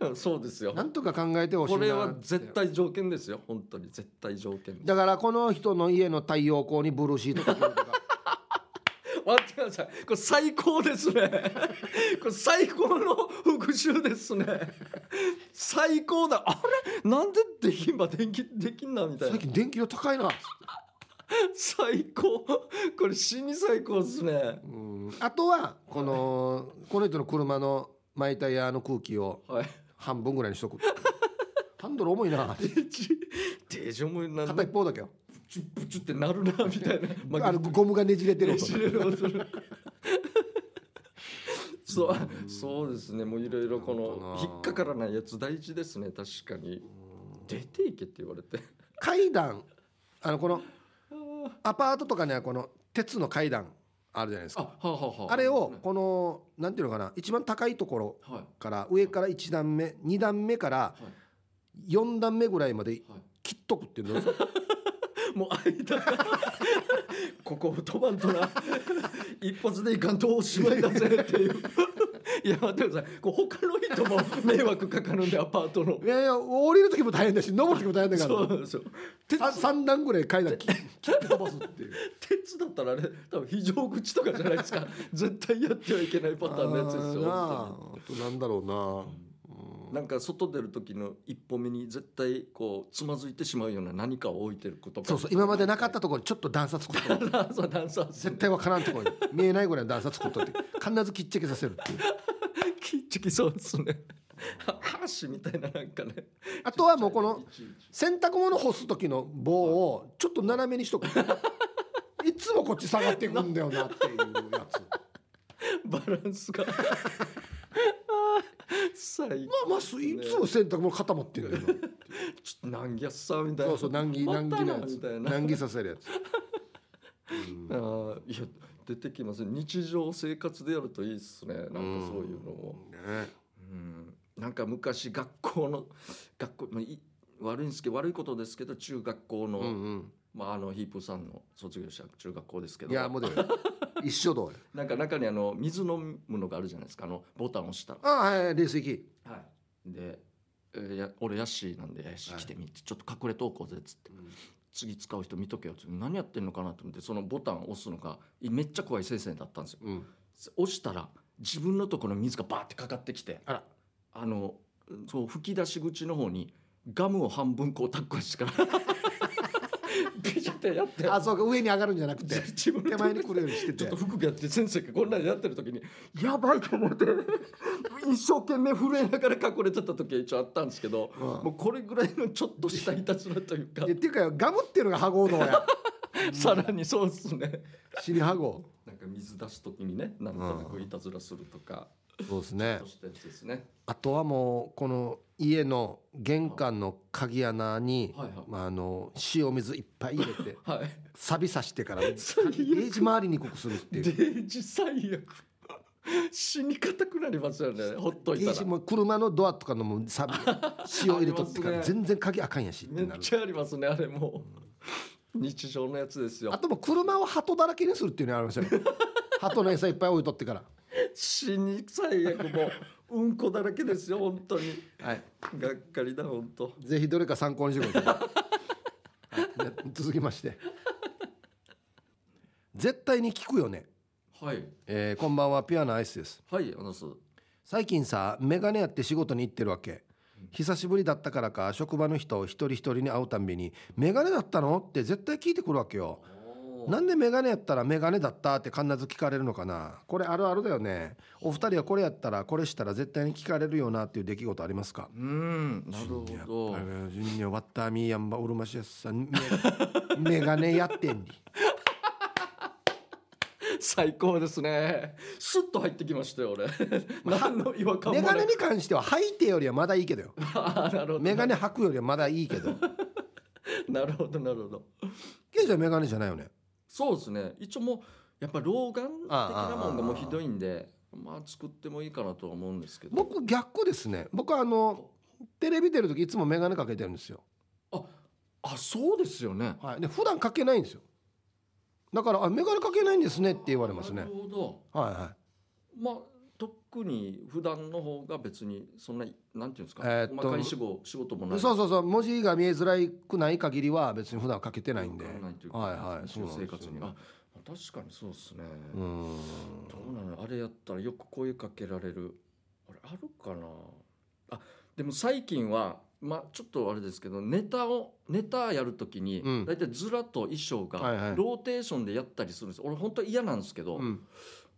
[SPEAKER 1] うんそうですよ
[SPEAKER 2] なんとか考えてほしい
[SPEAKER 1] こ
[SPEAKER 2] な
[SPEAKER 1] れは絶対条件ですよ本当に絶対条件
[SPEAKER 2] だからこの人の家の太陽光にブルーシートかけると
[SPEAKER 1] <laughs>
[SPEAKER 2] か
[SPEAKER 1] 待ってくださいこれ最高ですね <laughs> これ最高の復讐ですね最高だあれなんでできんば電気できんなみたいな
[SPEAKER 2] 最近電気が高いな、
[SPEAKER 1] 最高これ死に最高ですね
[SPEAKER 2] うん、あとはこのこの人の車のマイタイヤの空気を
[SPEAKER 1] はい <laughs>
[SPEAKER 2] 半分ぐらいにしとくハンドル重いな
[SPEAKER 1] デジデジョムな
[SPEAKER 2] 片
[SPEAKER 1] ブ
[SPEAKER 2] 一方だけよ
[SPEAKER 1] チュブチュってなるなみ <laughs> たいなま
[SPEAKER 2] あのゴムがねじれてる
[SPEAKER 1] ね
[SPEAKER 2] 音
[SPEAKER 1] じれる <laughs> 音がそうそうですねもういろいろこ
[SPEAKER 2] なん
[SPEAKER 1] の
[SPEAKER 2] かな
[SPEAKER 1] 引っかからないやつ大事ですね確かに出ていけって言われて
[SPEAKER 2] 階段あのこのアパートとかにはこの鉄の階段あるじゃないです
[SPEAKER 1] あ
[SPEAKER 2] か
[SPEAKER 1] はあはあは
[SPEAKER 2] あ
[SPEAKER 1] あ
[SPEAKER 2] れをこのなんていうのかな一番高いところ
[SPEAKER 1] はい
[SPEAKER 2] から上から1段目2段目から
[SPEAKER 1] はい
[SPEAKER 2] 4段目ぐらいまで
[SPEAKER 1] は
[SPEAKER 2] 切っとくっていうの
[SPEAKER 1] いもう間がここ飛ばんとな一発でいかんとおしまいだぜっていういや待ってくださいこう他の人も迷惑かかるんでアパートの
[SPEAKER 2] いやいや降りる時も大変だし登る時も大変だか
[SPEAKER 1] そ
[SPEAKER 2] ら
[SPEAKER 1] うそう鉄
[SPEAKER 2] さ三段ぐらい階段切
[SPEAKER 1] <laughs>
[SPEAKER 2] 切って飛ばすって <laughs> いう
[SPEAKER 1] 鉄だったらあれ多分非常口とかじゃないですか絶対やってはいけないパターンのやつですよ本
[SPEAKER 2] あーなああとなんだろうな、
[SPEAKER 1] 当
[SPEAKER 2] うん
[SPEAKER 1] になんか外出る時の一歩目に絶対こうつまずいてしまうような何かを置いてることか
[SPEAKER 2] そうそう今までなかったところにちょっと段差作っ <laughs> とく
[SPEAKER 1] <laughs> ダ <laughs> ンサーダンサー
[SPEAKER 2] 絶対わからんところに見えないぐらいの段差作っとって必ず切っちゃけさせるっていう
[SPEAKER 1] きっちきそうです <laughs> ね箸みたいななんかね
[SPEAKER 2] あとはもうこの洗濯物干す時の棒をちょっと斜めにしとくいつもこっち下がっていくんだよなっていうや
[SPEAKER 1] <laughs>
[SPEAKER 2] つ
[SPEAKER 1] バランスがあー最高
[SPEAKER 2] まあまあすいつも洗濯物固まってんだよ
[SPEAKER 1] <laughs>
[SPEAKER 2] な
[SPEAKER 1] ちょっと難儀やっさみたいな
[SPEAKER 2] そうそう難儀難儀なや
[SPEAKER 1] またみたい
[SPEAKER 2] つ
[SPEAKER 1] な
[SPEAKER 2] 難儀させるやつ
[SPEAKER 1] あーいや出てきます日常生活でやるといいですねなんかそういうのも、
[SPEAKER 2] ね
[SPEAKER 1] うんなんか昔学校の学校、まあ、い悪いんですけど悪いことですけど中学校の、
[SPEAKER 2] うんうん
[SPEAKER 1] まあ、あのヒープーさんの卒業した中学校ですけど
[SPEAKER 2] いやもうでも一緒どうよ
[SPEAKER 1] なんか中にあの水飲むのがあるじゃないですかあのボタンを押したら、
[SPEAKER 2] ああはい冷水器
[SPEAKER 1] で、えーや俺ヤッシーなんでヤッシー来てみて、ちょっと隠れとこうぜっつって、
[SPEAKER 2] うん
[SPEAKER 1] 次使う人見とけよっつって何やってんのかなと思ってそのボタンを押すのがいめっちゃ怖い先生だったんですよ
[SPEAKER 2] うん
[SPEAKER 1] 押したら自分のところに水がバーってかかってきて
[SPEAKER 2] あら
[SPEAKER 1] あのそう吹き出し口の方にガムを半分こうタックルしてからビジャテやって
[SPEAKER 2] あそうか上に上がるんじゃな
[SPEAKER 1] <laughs>
[SPEAKER 2] くて
[SPEAKER 1] 自分で
[SPEAKER 2] 手前に来るようにして
[SPEAKER 1] ちょってと服やって先生がこんなんやってる時に <laughs> やばいと思って一生懸命震えながら隠れてた時は一応あったんですけど、
[SPEAKER 2] うん
[SPEAKER 1] もうこれぐらいのちょっとしたいたずらというか <laughs>
[SPEAKER 2] いやっていうかガブってるのがハゴのや
[SPEAKER 1] さらにそうですね
[SPEAKER 2] 尻ハゴ
[SPEAKER 1] なんか水出す時にねなんとなくいたずらするとか、
[SPEAKER 2] そうですね
[SPEAKER 1] そうしたやつですね
[SPEAKER 2] あとはもうこの家の玄関の鍵穴に、
[SPEAKER 1] はいはい
[SPEAKER 2] まあ、あの塩水いっぱい入
[SPEAKER 1] <laughs>
[SPEAKER 2] れて
[SPEAKER 1] はい
[SPEAKER 2] 錆びさしてからゲ
[SPEAKER 1] 最悪
[SPEAKER 2] ージ周りに濃くするってい
[SPEAKER 1] デ
[SPEAKER 2] う
[SPEAKER 1] ージ最悪死に方くなりますよ <laughs> ねほっとい
[SPEAKER 2] ゲ
[SPEAKER 1] た
[SPEAKER 2] ージ
[SPEAKER 1] ら
[SPEAKER 2] もう車のドアとかのも
[SPEAKER 1] <laughs>
[SPEAKER 2] う錆び塩入れとってか
[SPEAKER 1] あり
[SPEAKER 2] ら
[SPEAKER 1] ますね
[SPEAKER 2] 全然鍵あかんやしって
[SPEAKER 1] め
[SPEAKER 2] な
[SPEAKER 1] っ
[SPEAKER 2] る
[SPEAKER 1] ちゃありますねあれもう日常のやつですよ
[SPEAKER 2] あともう車を鳩だらけにするっていうのあります
[SPEAKER 1] <laughs>
[SPEAKER 2] よね鳩の餌いっぱい置いとってから
[SPEAKER 1] 死に最悪もううんこだらけですよ本当に
[SPEAKER 2] はい
[SPEAKER 1] がっかりだ本当
[SPEAKER 2] ぜひどれか参考にしてくださいはい。で続きまして。絶対に聞くよね。
[SPEAKER 1] はい
[SPEAKER 2] えーこんばんは、ピュアなアイスです。
[SPEAKER 1] はいあのす
[SPEAKER 2] 最近さ、メガネやって仕事に行ってるわけ。久しぶりだったからか、職場の人一人一人に会うたんびに、メガネだったのって絶対聞いてくるわけよ。なんでメガネやったらメガネだったって必ず聞かれるのかなこれあるあるだよね。お二人はこれやったらこれしたら絶対に聞かれるよなっていう出来事ありますか
[SPEAKER 1] うんなるほど
[SPEAKER 2] あれは順に終わったみやんばうるましやす
[SPEAKER 1] <laughs>
[SPEAKER 2] さんメメガネやってんに
[SPEAKER 1] 最高ですねスッと入ってきましたよ俺何の違和感
[SPEAKER 2] メ
[SPEAKER 1] もな
[SPEAKER 2] ガ
[SPEAKER 1] い
[SPEAKER 2] ネに関しては履いてよりはまだいいけどよ
[SPEAKER 1] あーなるほど
[SPEAKER 2] メガネ履くよりはまだいいけど
[SPEAKER 1] なるほどなるほど
[SPEAKER 2] ケイちゃんメガネじゃないよね
[SPEAKER 1] そうですね一応もうやっぱ老眼的なもんがもうひどいんでまあ作ってもいいかなとは思うんですけど
[SPEAKER 2] 僕逆ですね僕あのテレビ出る時いつもメガネかけてるんですよ、
[SPEAKER 1] ああそうですよね
[SPEAKER 2] はい、で普段かけないんですよだからあメガネかけないんですねって言われますね
[SPEAKER 1] なるほど
[SPEAKER 2] はいはい
[SPEAKER 1] まあ特に普段の方が別にそんななんていうんですか、
[SPEAKER 2] えーっと
[SPEAKER 1] 細かい仕事仕事もない
[SPEAKER 2] そうそうそう文字が見えづらくない限りは別に普段はかけて
[SPEAKER 1] う
[SPEAKER 2] ないんで
[SPEAKER 1] 変わらないというか
[SPEAKER 2] はいはい
[SPEAKER 1] 日常生活に
[SPEAKER 2] そうなん
[SPEAKER 1] あ
[SPEAKER 2] で
[SPEAKER 1] 確かにそうですね、
[SPEAKER 2] すようん
[SPEAKER 1] どうなのあれやったらよく声かけられるあれあるかなあでも最近はまあちょっとあれですけどネタをネタやるときに
[SPEAKER 2] うん
[SPEAKER 1] 大体ずらと衣装
[SPEAKER 2] はいは
[SPEAKER 1] が
[SPEAKER 2] い
[SPEAKER 1] ローテーションでやったりするんです俺本当嫌なんですけど、
[SPEAKER 2] うん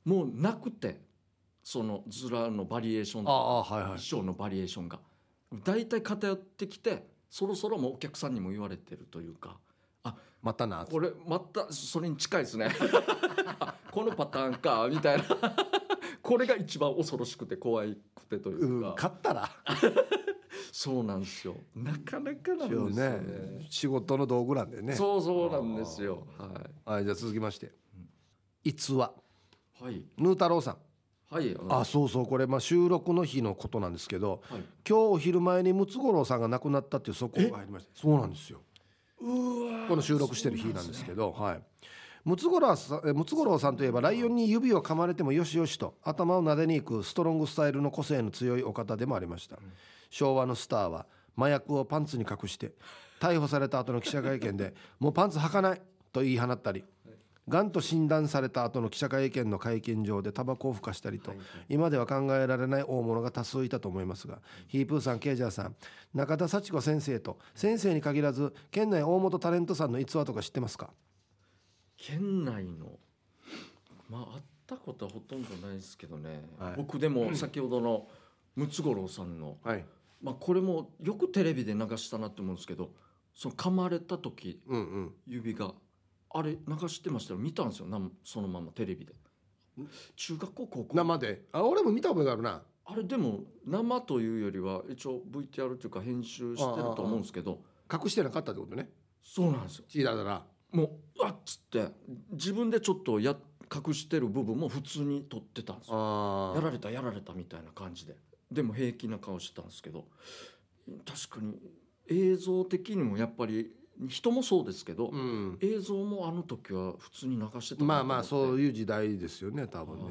[SPEAKER 1] もうなくてそのずらのバリエーション
[SPEAKER 2] ああはいはい
[SPEAKER 1] 衣装のバリエーションが大体偏ってきてそろそろもうお客さんにも言われてるというか
[SPEAKER 2] またな
[SPEAKER 1] これまたそれに近いですねあこのパターンかみたいなこれが一番恐ろしくて怖いくてといううんか、
[SPEAKER 2] 勝ったら
[SPEAKER 1] そうなんですよなかなかなんですよね
[SPEAKER 2] 仕事の道具なんでね
[SPEAKER 1] そうそうなんですよは
[SPEAKER 2] はいじゃあ続きまして逸話
[SPEAKER 1] いはい
[SPEAKER 2] ヌー太郎さん
[SPEAKER 1] はいあの
[SPEAKER 2] あそうそうこれまあ収録の日のことなんですけど
[SPEAKER 1] はい
[SPEAKER 2] 今日お昼前にムツゴロウさんが亡くなったっていう速報が入りましたそうなんですよ
[SPEAKER 1] うわー
[SPEAKER 2] この収録してる日なんですけどはいムツゴロウさんえムツゴロウさんといえばライオンに指を噛まれてもよしよしと頭を撫でに行くストロングスタイルの個性の強いお方でもありました昭和のスターは麻薬をパンツに隠して逮捕された後の記者会見で「もうパンツ履かない!」と言い放ったりがんと診断された後の記者会見の会見場でタバコをふかしたりと今では考えられない大物が多数いたと思いますがヒープーさんケイジャーさん中田幸子先生と先生に限らず県内大元タレントさんの逸話とか知ってますか
[SPEAKER 1] 県内のまあ会ったことはほとんどないですけどね、
[SPEAKER 2] はい
[SPEAKER 1] 僕でも先ほどのムツゴロウさんの、
[SPEAKER 2] はい、
[SPEAKER 1] まあ、これもよくテレビで流したなって思うんですけどその噛まれた時
[SPEAKER 2] うんうん、
[SPEAKER 1] 指があれ流してましたよ見たんですよなんそのままテレビで中学校高校
[SPEAKER 2] 生であ俺も見た覚えがあるな
[SPEAKER 1] あれでも生というよりは一応 VTR というか編集してると思うんですけど
[SPEAKER 2] 隠してなかったってことね
[SPEAKER 1] そうなんですよ
[SPEAKER 2] チーダーだな
[SPEAKER 1] もううわっつって自分でちょっとや隠してる部分も普通に撮ってたんですよ
[SPEAKER 2] あ
[SPEAKER 1] やられたやられたみたいな感じででも平気な顔してたんですけど確かに映像的にもやっぱり人もそうですけど、
[SPEAKER 2] うん
[SPEAKER 1] 映像もあの時は普通に流してた
[SPEAKER 2] まあまあそ
[SPEAKER 1] い
[SPEAKER 2] う
[SPEAKER 1] う
[SPEAKER 2] いう時代ですよね多分ね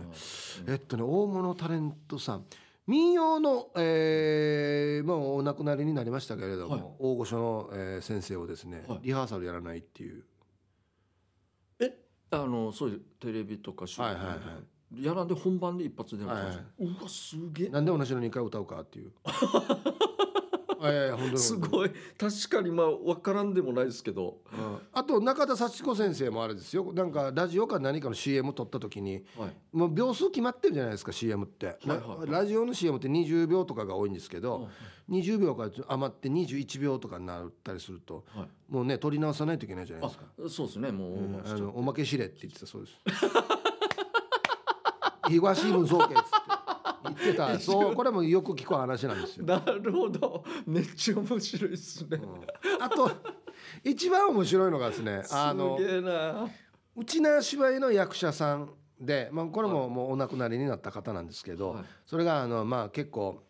[SPEAKER 1] え
[SPEAKER 2] えっとね大物タレントさん民謡の、えーまあ、お亡くなりになりましたけれども、
[SPEAKER 1] はい
[SPEAKER 2] 大御所の、えー先生をですね、
[SPEAKER 1] はい
[SPEAKER 2] リハーサルやらないっていう、
[SPEAKER 1] あのそういうテレビとか
[SPEAKER 2] はいはいはい
[SPEAKER 1] とかやらんで本番で一発出るんですよ、
[SPEAKER 2] はいう
[SPEAKER 1] わすげえ <laughs>
[SPEAKER 2] なんで同じの2回歌うかっていうあいやいや本当に
[SPEAKER 1] すごい確かにまあ分からんでもないですけど、
[SPEAKER 2] うんあと中田幸子先生もあれですよなんかラジオか何かの CM 撮った時に
[SPEAKER 1] はい、
[SPEAKER 2] もう秒数決まってるじゃないですか CM って、
[SPEAKER 1] はいはい
[SPEAKER 2] ラジオの CM って20秒とかが多いんですけど、20秒から余って21秒とかになったりすると
[SPEAKER 1] はい、
[SPEAKER 2] もうね撮り直さないといけないじゃな
[SPEAKER 1] あ
[SPEAKER 2] いですか、
[SPEAKER 1] そうですねもう、
[SPEAKER 2] うんあ
[SPEAKER 1] ちょっ
[SPEAKER 2] のおまけしれって言ってたそうです <laughs> 東新聞総計っつって言って
[SPEAKER 1] <laughs>
[SPEAKER 2] たそうこれもよく聞く話なんです
[SPEAKER 1] と
[SPEAKER 2] よ、
[SPEAKER 1] なるほどめっちゃ面白いですね、
[SPEAKER 2] うんあと一番面白いのがですねあの
[SPEAKER 1] すげえな
[SPEAKER 2] うちな芝居の役者さんで、まあ、これももうお亡くなりになった方なんですけど、
[SPEAKER 1] はい
[SPEAKER 2] それがあの、まあ、結構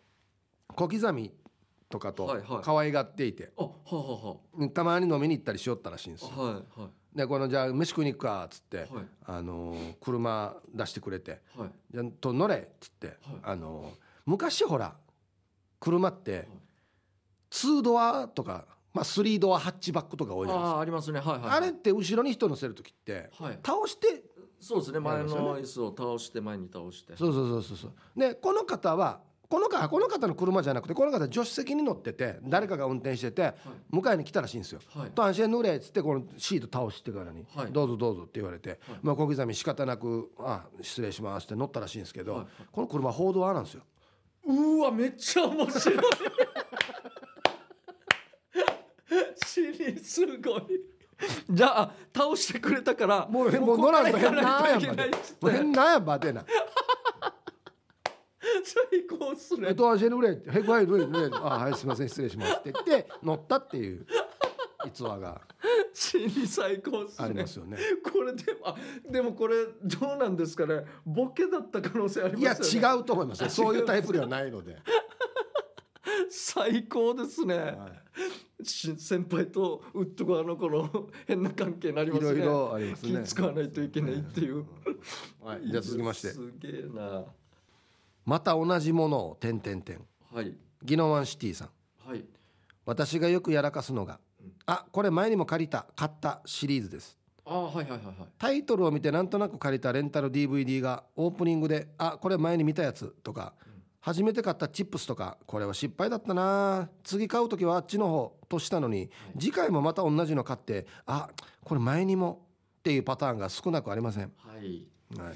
[SPEAKER 2] 小刻みとか
[SPEAKER 1] はい
[SPEAKER 2] と
[SPEAKER 1] はい
[SPEAKER 2] 可愛がっていて、
[SPEAKER 1] あはあは
[SPEAKER 2] たまに飲みに行ったりしよったらしいんです
[SPEAKER 1] あ
[SPEAKER 2] よ。
[SPEAKER 1] はいは
[SPEAKER 2] でこのじゃあ飯食いに行くかっつって、
[SPEAKER 1] はい
[SPEAKER 2] あのー車出してくれて
[SPEAKER 1] いはい
[SPEAKER 2] 「じゃあと乗れ」っつって、あのー昔ほら車って2ドアとか、まあ、3ドアハッチバックとか多いじゃないです
[SPEAKER 1] ああありますねはいはい
[SPEAKER 2] か、
[SPEAKER 1] はい
[SPEAKER 2] あれって後ろに人乗せる時って
[SPEAKER 1] はい
[SPEAKER 2] 倒して
[SPEAKER 1] そうですね
[SPEAKER 2] や
[SPEAKER 1] 前
[SPEAKER 2] りましたね
[SPEAKER 1] の椅子を倒して前に倒して
[SPEAKER 2] そうそうそうそうそうでこの方はこのかこの方の車じゃなくてこの方助手席に乗ってて誰かが運転してて迎えに来たらしいんですよ。
[SPEAKER 1] はい
[SPEAKER 2] と安心乗れっつってこのシート倒してからに、
[SPEAKER 1] はい
[SPEAKER 2] どうぞどうぞって言われて、まあ、小刻み仕方なく「あ失礼します」って乗ったらしいんですけど、
[SPEAKER 1] はい
[SPEAKER 2] この車報道アなんですよ。
[SPEAKER 1] うーわめっちゃ面白いシリすごいじゃあ倒してくれたから
[SPEAKER 2] もうもう乗らんと
[SPEAKER 1] ここ
[SPEAKER 2] 変
[SPEAKER 1] か
[SPEAKER 2] な
[SPEAKER 1] ら
[SPEAKER 2] や
[SPEAKER 1] 行
[SPEAKER 2] ん
[SPEAKER 1] かないとい
[SPEAKER 2] ば
[SPEAKER 1] けない
[SPEAKER 2] で
[SPEAKER 1] っつっ。
[SPEAKER 2] もう
[SPEAKER 1] て
[SPEAKER 2] 変なやんばでな。
[SPEAKER 1] 最高っす
[SPEAKER 2] え
[SPEAKER 1] ね
[SPEAKER 2] っと安心乗れって「へこはい乗れ乗れ」あはいすいません失礼します」って言って乗ったっていう逸話が
[SPEAKER 1] シリ最高っす
[SPEAKER 2] あり
[SPEAKER 1] ね
[SPEAKER 2] ますよ
[SPEAKER 1] <laughs>
[SPEAKER 2] ね。
[SPEAKER 1] これでもあでもこれどうなんですかねボケだった可能性あり
[SPEAKER 2] いや
[SPEAKER 1] ますよね
[SPEAKER 2] 違うと思いますよそういうタイプではないので。
[SPEAKER 1] 最高ですね、
[SPEAKER 2] はい
[SPEAKER 1] し先輩とウッド側のこの変な関係になりますね
[SPEAKER 2] いろいろありますね
[SPEAKER 1] 気使わないといけないっていう
[SPEAKER 2] はい、じゃあ続きまして
[SPEAKER 1] すげえな
[SPEAKER 2] また同じものを点々点
[SPEAKER 1] はい
[SPEAKER 2] ギノワンシティさん
[SPEAKER 1] はい
[SPEAKER 2] 私がよくやらかすのが、
[SPEAKER 1] うん
[SPEAKER 2] あこれ前にも借りた買ったシリーズです
[SPEAKER 1] ああはいはいはいはい
[SPEAKER 2] タイトルを見てなんとなく借りたレンタル DVD がオープニングであこれ前に見たやつとか、
[SPEAKER 1] ん
[SPEAKER 2] 初めて買ったチップスとかこれは失敗だったな次買う時はあっちの方としたのに、次回もまた同じの買ってあこれ前にもっていうパターンが少なくありません、
[SPEAKER 1] はい
[SPEAKER 2] はい、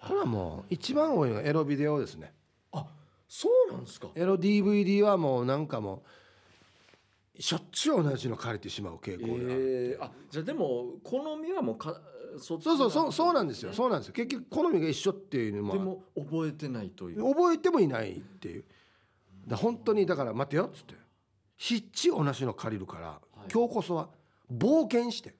[SPEAKER 2] これはもう一番多いのがエロビデオですね
[SPEAKER 1] あそうなんですか
[SPEAKER 2] エロ DVD はもうなんかもうしょっちゅう同じの借りてしまう傾
[SPEAKER 1] え
[SPEAKER 2] 向が、
[SPEAKER 1] ー、あじゃあでも好みはもうかそっち
[SPEAKER 2] そうそうそうそうなんです
[SPEAKER 1] ね
[SPEAKER 2] よそうなんですよ結局好みが一緒っていうのも
[SPEAKER 1] でも覚えてないという
[SPEAKER 2] 覚えてもいないっていうだ本当にだから待てよっつってしっち同じの借りるから、
[SPEAKER 1] い
[SPEAKER 2] 今日こそは冒険して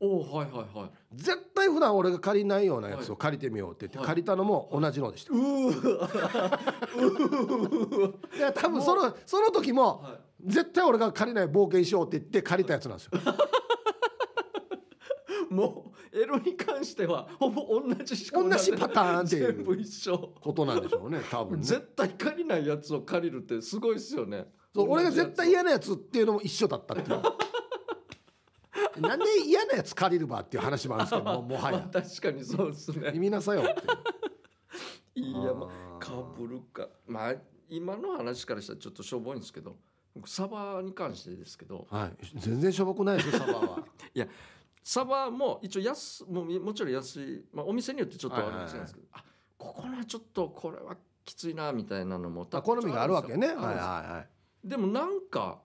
[SPEAKER 1] おおはいはいはい
[SPEAKER 2] 絶対普段俺が借りないようなやつを借りてみようって言って、
[SPEAKER 1] はい
[SPEAKER 2] 借りたのも同じのでした、
[SPEAKER 1] うーわ <laughs> う
[SPEAKER 2] いや多分そのその時も、
[SPEAKER 1] ーわはい
[SPEAKER 2] 絶対俺が借りない冒険しようって言って借りたやつなんですよ
[SPEAKER 1] <laughs> もうエロに関してはほぼ同じしか
[SPEAKER 2] 同じパターンっていう
[SPEAKER 1] 全部一緒
[SPEAKER 2] ことなんでしょうね多分ね
[SPEAKER 1] 絶対借りないやつを借りるってすごいですよね
[SPEAKER 2] そう俺が絶対
[SPEAKER 1] や
[SPEAKER 2] 嫌なやつっていうのも一緒だったっていう <laughs> なんで嫌なやつ借りるばっていう話もあるんですけどもう
[SPEAKER 1] <laughs>
[SPEAKER 2] もはや
[SPEAKER 1] 確かにそうですね
[SPEAKER 2] 意味なさよって
[SPEAKER 1] いやま
[SPEAKER 2] あー
[SPEAKER 1] あかぶるかまあ今の話からしたらちょっとしょぼいんですけど僕サバに関してですけど
[SPEAKER 2] はい全然しょぼくないですよサバ
[SPEAKER 1] <laughs>
[SPEAKER 2] は
[SPEAKER 1] サバも一応安もうもちろん安い、まあ、お店によってちょっとあるかもしれないですけど、あここのはちょっとこれはきついなみたいなのも
[SPEAKER 2] あ好みがあるわけねは
[SPEAKER 1] 多
[SPEAKER 2] い
[SPEAKER 1] 々
[SPEAKER 2] はい
[SPEAKER 1] あるんですよ
[SPEAKER 2] はい
[SPEAKER 1] でもなんか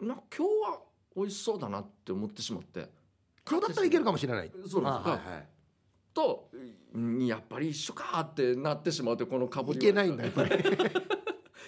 [SPEAKER 1] な今日は美味しそうだなって思ってしまって
[SPEAKER 2] 今日だったらいけるかもしれない
[SPEAKER 1] そうなんです
[SPEAKER 2] あ
[SPEAKER 1] よ、
[SPEAKER 2] はいはい
[SPEAKER 1] とうんやっぱり一緒かってなってしまうとこのかぶ
[SPEAKER 2] い
[SPEAKER 1] り
[SPEAKER 2] けないんだやっぱり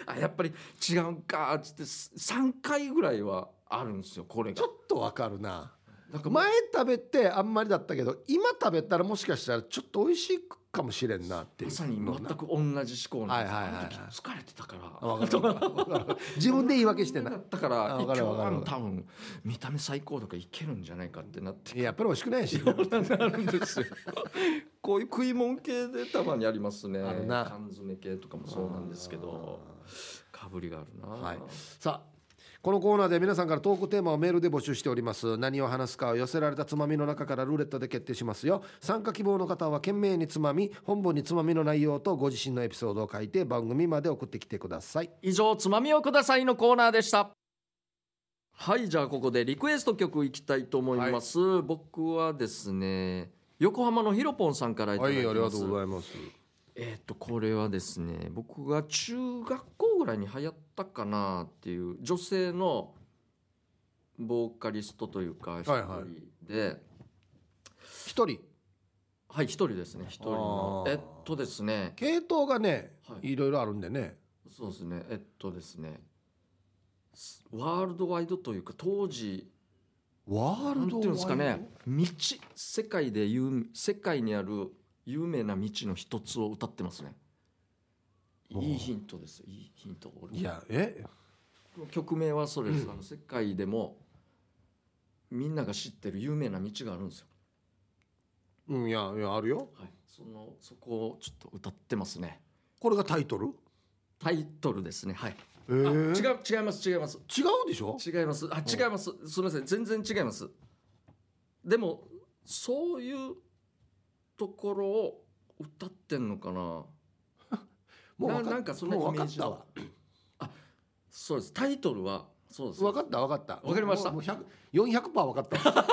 [SPEAKER 1] あやっぱり違うんかっつってす3回ぐらいはあるんですよこれ
[SPEAKER 2] ち
[SPEAKER 1] が
[SPEAKER 2] ょっとわかるな
[SPEAKER 1] なんか
[SPEAKER 2] 前食べてあんまりだったけど今食べたらもしかしたらちょっと美味しいかもしれんなっていう
[SPEAKER 1] まさに全
[SPEAKER 2] のな
[SPEAKER 1] く同じ思考なんです、
[SPEAKER 2] はいはいはいはい
[SPEAKER 1] あの時疲れてたから
[SPEAKER 2] わかるわかるわかる自分で言い訳してな
[SPEAKER 1] だったから
[SPEAKER 2] あ
[SPEAKER 1] え
[SPEAKER 2] わか
[SPEAKER 1] 今日
[SPEAKER 2] るわかる
[SPEAKER 1] は多分見た目最高とかいけるんじゃないかってなって
[SPEAKER 2] いややっぱり美味しくないし <laughs>
[SPEAKER 1] なるんですよ。 <laughs> こういう食い物系でたまにありますね。
[SPEAKER 2] あるな
[SPEAKER 1] 缶詰系とかもそうなんですけど、かぶりがあるな。
[SPEAKER 2] はいさあこのコーナーで皆さんからトークテーマをメールで募集しております何を話すかを寄せられたつまみの中からルーレットで決定しますよ参加希望の方は懸命につまみ本文につまみの内容とご自身のエピソードを書いて番組まで送ってきてください
[SPEAKER 1] 以上つまみをくださいのコーナーでしたはいじゃあここでリクエスト曲いきたいと思います、僕はですね横浜のひろぽんさんからいただきます、
[SPEAKER 2] ざいます
[SPEAKER 1] えーっとこれはですね僕が中学校ぐらいに流行ったかなっていう女性のボーカリストというか一
[SPEAKER 2] はい
[SPEAKER 1] 人で、はい
[SPEAKER 2] 一人
[SPEAKER 1] 一人ですね一人の
[SPEAKER 2] あー
[SPEAKER 1] えっとですね
[SPEAKER 2] 系統がね、
[SPEAKER 1] はい
[SPEAKER 2] いろいろあるんでね
[SPEAKER 1] そうですねえっとですねすワールドワイドというか当時
[SPEAKER 2] ワー
[SPEAKER 1] なん
[SPEAKER 2] ル
[SPEAKER 1] ていう
[SPEAKER 2] ドワ
[SPEAKER 1] ん
[SPEAKER 2] イド
[SPEAKER 1] ですかね道世界で有世界にある有名な道の一つを歌ってますね
[SPEAKER 2] おー
[SPEAKER 1] いいヒントですいいヒント俺
[SPEAKER 2] いやえ
[SPEAKER 1] 曲名はそれです、あの世界でもみんなが知ってる有名な道があるんですよ、
[SPEAKER 2] うんいやいやあるよ
[SPEAKER 1] はい、そのそこをちょっと歌ってますね
[SPEAKER 2] これがタイトル
[SPEAKER 1] タイトルですねはい、
[SPEAKER 2] えー、違う
[SPEAKER 1] あ違う違います違います
[SPEAKER 2] でしょ
[SPEAKER 1] 違いますあ違いますすみません全然違いますでもそういうところを歌ってんのかな
[SPEAKER 2] もう
[SPEAKER 1] な
[SPEAKER 2] 分かっ
[SPEAKER 1] なんかそんな
[SPEAKER 2] もう
[SPEAKER 1] イメ
[SPEAKER 2] 分か
[SPEAKER 1] ー
[SPEAKER 2] っ
[SPEAKER 1] ジ
[SPEAKER 2] たわ
[SPEAKER 1] そうですタイトルはそうです
[SPEAKER 2] 分かった分かった
[SPEAKER 1] わかりました
[SPEAKER 2] もうもう100 400%分
[SPEAKER 1] <laughs>
[SPEAKER 2] かったわ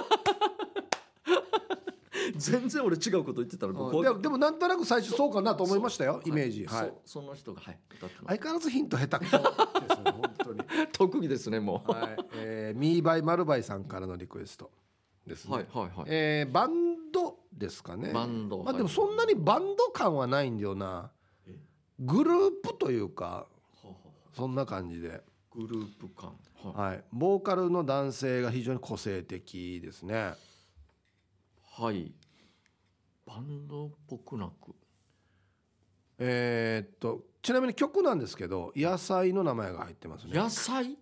[SPEAKER 1] 全然俺違うこと言ってたら
[SPEAKER 2] うん
[SPEAKER 1] 僕
[SPEAKER 2] でもでもなんとなく最初そうかなと思いましたよイメージ
[SPEAKER 1] は
[SPEAKER 2] はいい
[SPEAKER 1] そその人がはい歌ってます
[SPEAKER 2] 相変わらずヒント下手く
[SPEAKER 1] <laughs>
[SPEAKER 2] そですね本当に
[SPEAKER 1] 特技ですねもう
[SPEAKER 2] <laughs> はいえーミーバイマルバイさんからのリクエストですね
[SPEAKER 1] はいはいはい
[SPEAKER 2] えーバンドですかね
[SPEAKER 1] バンド
[SPEAKER 2] まあ
[SPEAKER 1] はい
[SPEAKER 2] でもそんなにバンド感はないんだよな
[SPEAKER 1] え
[SPEAKER 2] グループというかそんな感じで、
[SPEAKER 1] グループ感は
[SPEAKER 2] はい、ボーカルの男性が非常に個性的ですね
[SPEAKER 1] い、はい、バンドっぽくなく
[SPEAKER 2] えーっとちなみに曲なんですけど野菜の名前が入ってますね
[SPEAKER 1] 野菜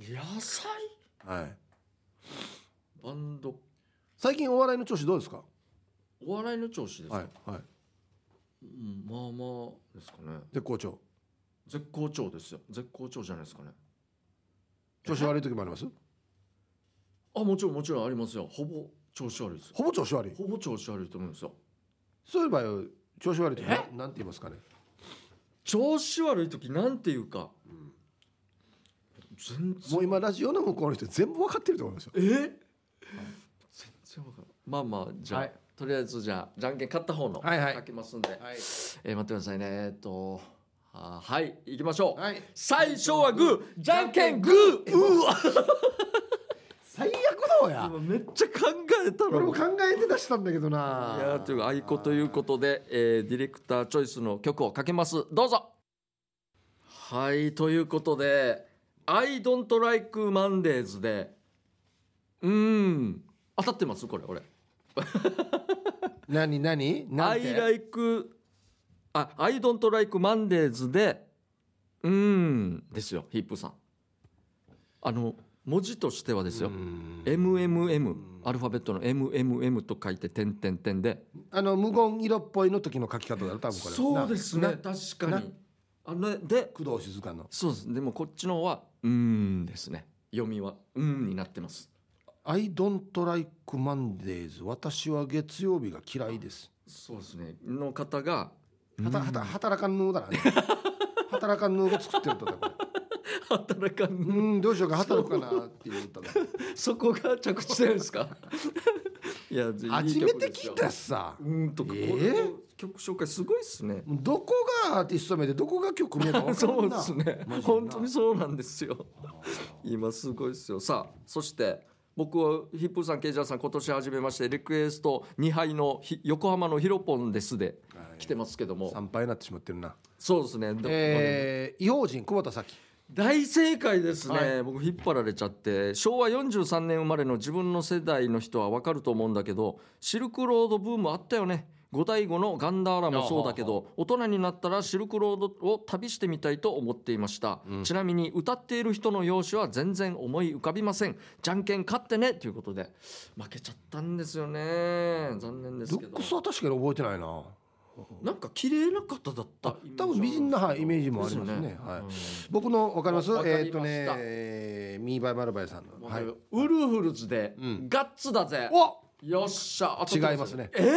[SPEAKER 1] 野菜
[SPEAKER 2] はい
[SPEAKER 1] バンド
[SPEAKER 2] 最近お笑いの調子どうですか
[SPEAKER 1] お笑いの調子ですか、
[SPEAKER 2] はいはい
[SPEAKER 1] うんまあまあですかね
[SPEAKER 2] 絶好調
[SPEAKER 1] 絶好調ですよ絶好調じゃないですかね
[SPEAKER 2] 調子悪い時もあります
[SPEAKER 1] あもちろんもちろんありますよほぼ調子悪いです
[SPEAKER 2] ほぼ調子悪い
[SPEAKER 1] ほぼ調子悪いと思うんですよ
[SPEAKER 2] そういえばよ調子悪い時な
[SPEAKER 1] え
[SPEAKER 2] なんて言いますかね
[SPEAKER 1] 調子悪い時なんていうか、全然
[SPEAKER 2] もう今ラジオの向こうの人全部わかってると思いますよ
[SPEAKER 1] え、全然わからんまあまあじゃあ、
[SPEAKER 2] はい
[SPEAKER 1] とりあえずじゃあじゃんけん勝った方の
[SPEAKER 2] はいはい
[SPEAKER 1] 書きますんで、
[SPEAKER 2] はい
[SPEAKER 1] えー待ってくださいねえーっとあーはい行きましょう、
[SPEAKER 2] はい
[SPEAKER 1] 最初はグーじゃんけんグーうわ
[SPEAKER 2] 最悪だわや
[SPEAKER 1] 今めっちゃ考えた
[SPEAKER 2] 俺
[SPEAKER 1] の
[SPEAKER 2] も考えて出したんだけどない
[SPEAKER 1] やーというか愛子ということで、えーディレクターチョイスの曲をかけますどうぞはいということで「I don't like Mondays で」うーん当たってますこれ俺
[SPEAKER 2] 何何
[SPEAKER 1] 「
[SPEAKER 2] なん
[SPEAKER 1] I
[SPEAKER 2] て
[SPEAKER 1] like あ I don't like Mondays で」うーんですよヒップさんあの文字としてはですよ MMM アルファベットの MMM と書いて点点点で
[SPEAKER 2] あの無言色っぽいの時の書き方だよ多分これ
[SPEAKER 1] そうですね
[SPEAKER 2] な
[SPEAKER 1] 確か
[SPEAKER 2] な
[SPEAKER 1] にあので
[SPEAKER 2] 工藤静香の
[SPEAKER 1] そうですでもこっちの方は「うーん」ですね読みは「うーん」になってます
[SPEAKER 2] 「I don't like Mondays 私は月曜日が嫌いです
[SPEAKER 1] そうですねの方が」
[SPEAKER 2] はたはた働かんぬーだ
[SPEAKER 1] <laughs>
[SPEAKER 2] な働かんぬーを作ってる歌だこれ
[SPEAKER 1] 働かん
[SPEAKER 2] うんどうしようか働くかなっていう歌だ
[SPEAKER 1] そこが着地点ですか <laughs> いやじゃあいい
[SPEAKER 2] 初
[SPEAKER 1] 曲
[SPEAKER 2] めて
[SPEAKER 1] です
[SPEAKER 2] 聞
[SPEAKER 1] よ
[SPEAKER 2] いたやつさ
[SPEAKER 1] うーんとか、
[SPEAKER 2] えー
[SPEAKER 1] これ曲紹介すごいっすね
[SPEAKER 2] どこがアーティスト名でどこが曲名か分
[SPEAKER 1] <laughs>
[SPEAKER 2] か
[SPEAKER 1] そう
[SPEAKER 2] らん
[SPEAKER 1] で
[SPEAKER 2] な
[SPEAKER 1] すね
[SPEAKER 2] マジでな
[SPEAKER 1] 本当にそうなんですよ <laughs> 今すごいですよさあそして僕はヒップーさんケイジャーさん今年初めましてリクエスト2杯のひ横浜のヒロポンですで来てますけども、
[SPEAKER 2] 参拝になってしまってるな
[SPEAKER 1] そうですね、だ
[SPEAKER 2] えー、異邦人久保田咲
[SPEAKER 1] 大正解ですね、
[SPEAKER 2] は
[SPEAKER 1] 僕引っ張られちゃって昭和43年生まれの自分の世代の人は分かると思うんだけどシルクロードブームあったよね5対5のガンダーラもそうだけど大人になったらシルクロードを旅してみたいと思っていました、ちなみに歌っている人の容姿は全然思い浮かびませんじゃんけん勝ってねということで負けちゃったんですよね残念です
[SPEAKER 2] ル
[SPEAKER 1] け
[SPEAKER 2] ッ
[SPEAKER 1] ど
[SPEAKER 2] クスは確かに覚えてないな
[SPEAKER 1] なんか綺麗な方だった
[SPEAKER 2] 多分美人な、はい、イメージもあります
[SPEAKER 1] で
[SPEAKER 2] ね
[SPEAKER 1] すよ
[SPEAKER 2] はい
[SPEAKER 1] うん
[SPEAKER 2] 僕のわかります
[SPEAKER 1] わわか
[SPEAKER 2] えっ、
[SPEAKER 1] り
[SPEAKER 2] と
[SPEAKER 1] ま
[SPEAKER 2] ね
[SPEAKER 1] した
[SPEAKER 2] えーミーバイマルバイさんの、はい、
[SPEAKER 1] ウルフルズで
[SPEAKER 2] うん
[SPEAKER 1] ガッツだぜ、
[SPEAKER 2] お
[SPEAKER 1] よっしゃ当たって
[SPEAKER 2] 違いますね
[SPEAKER 1] えー、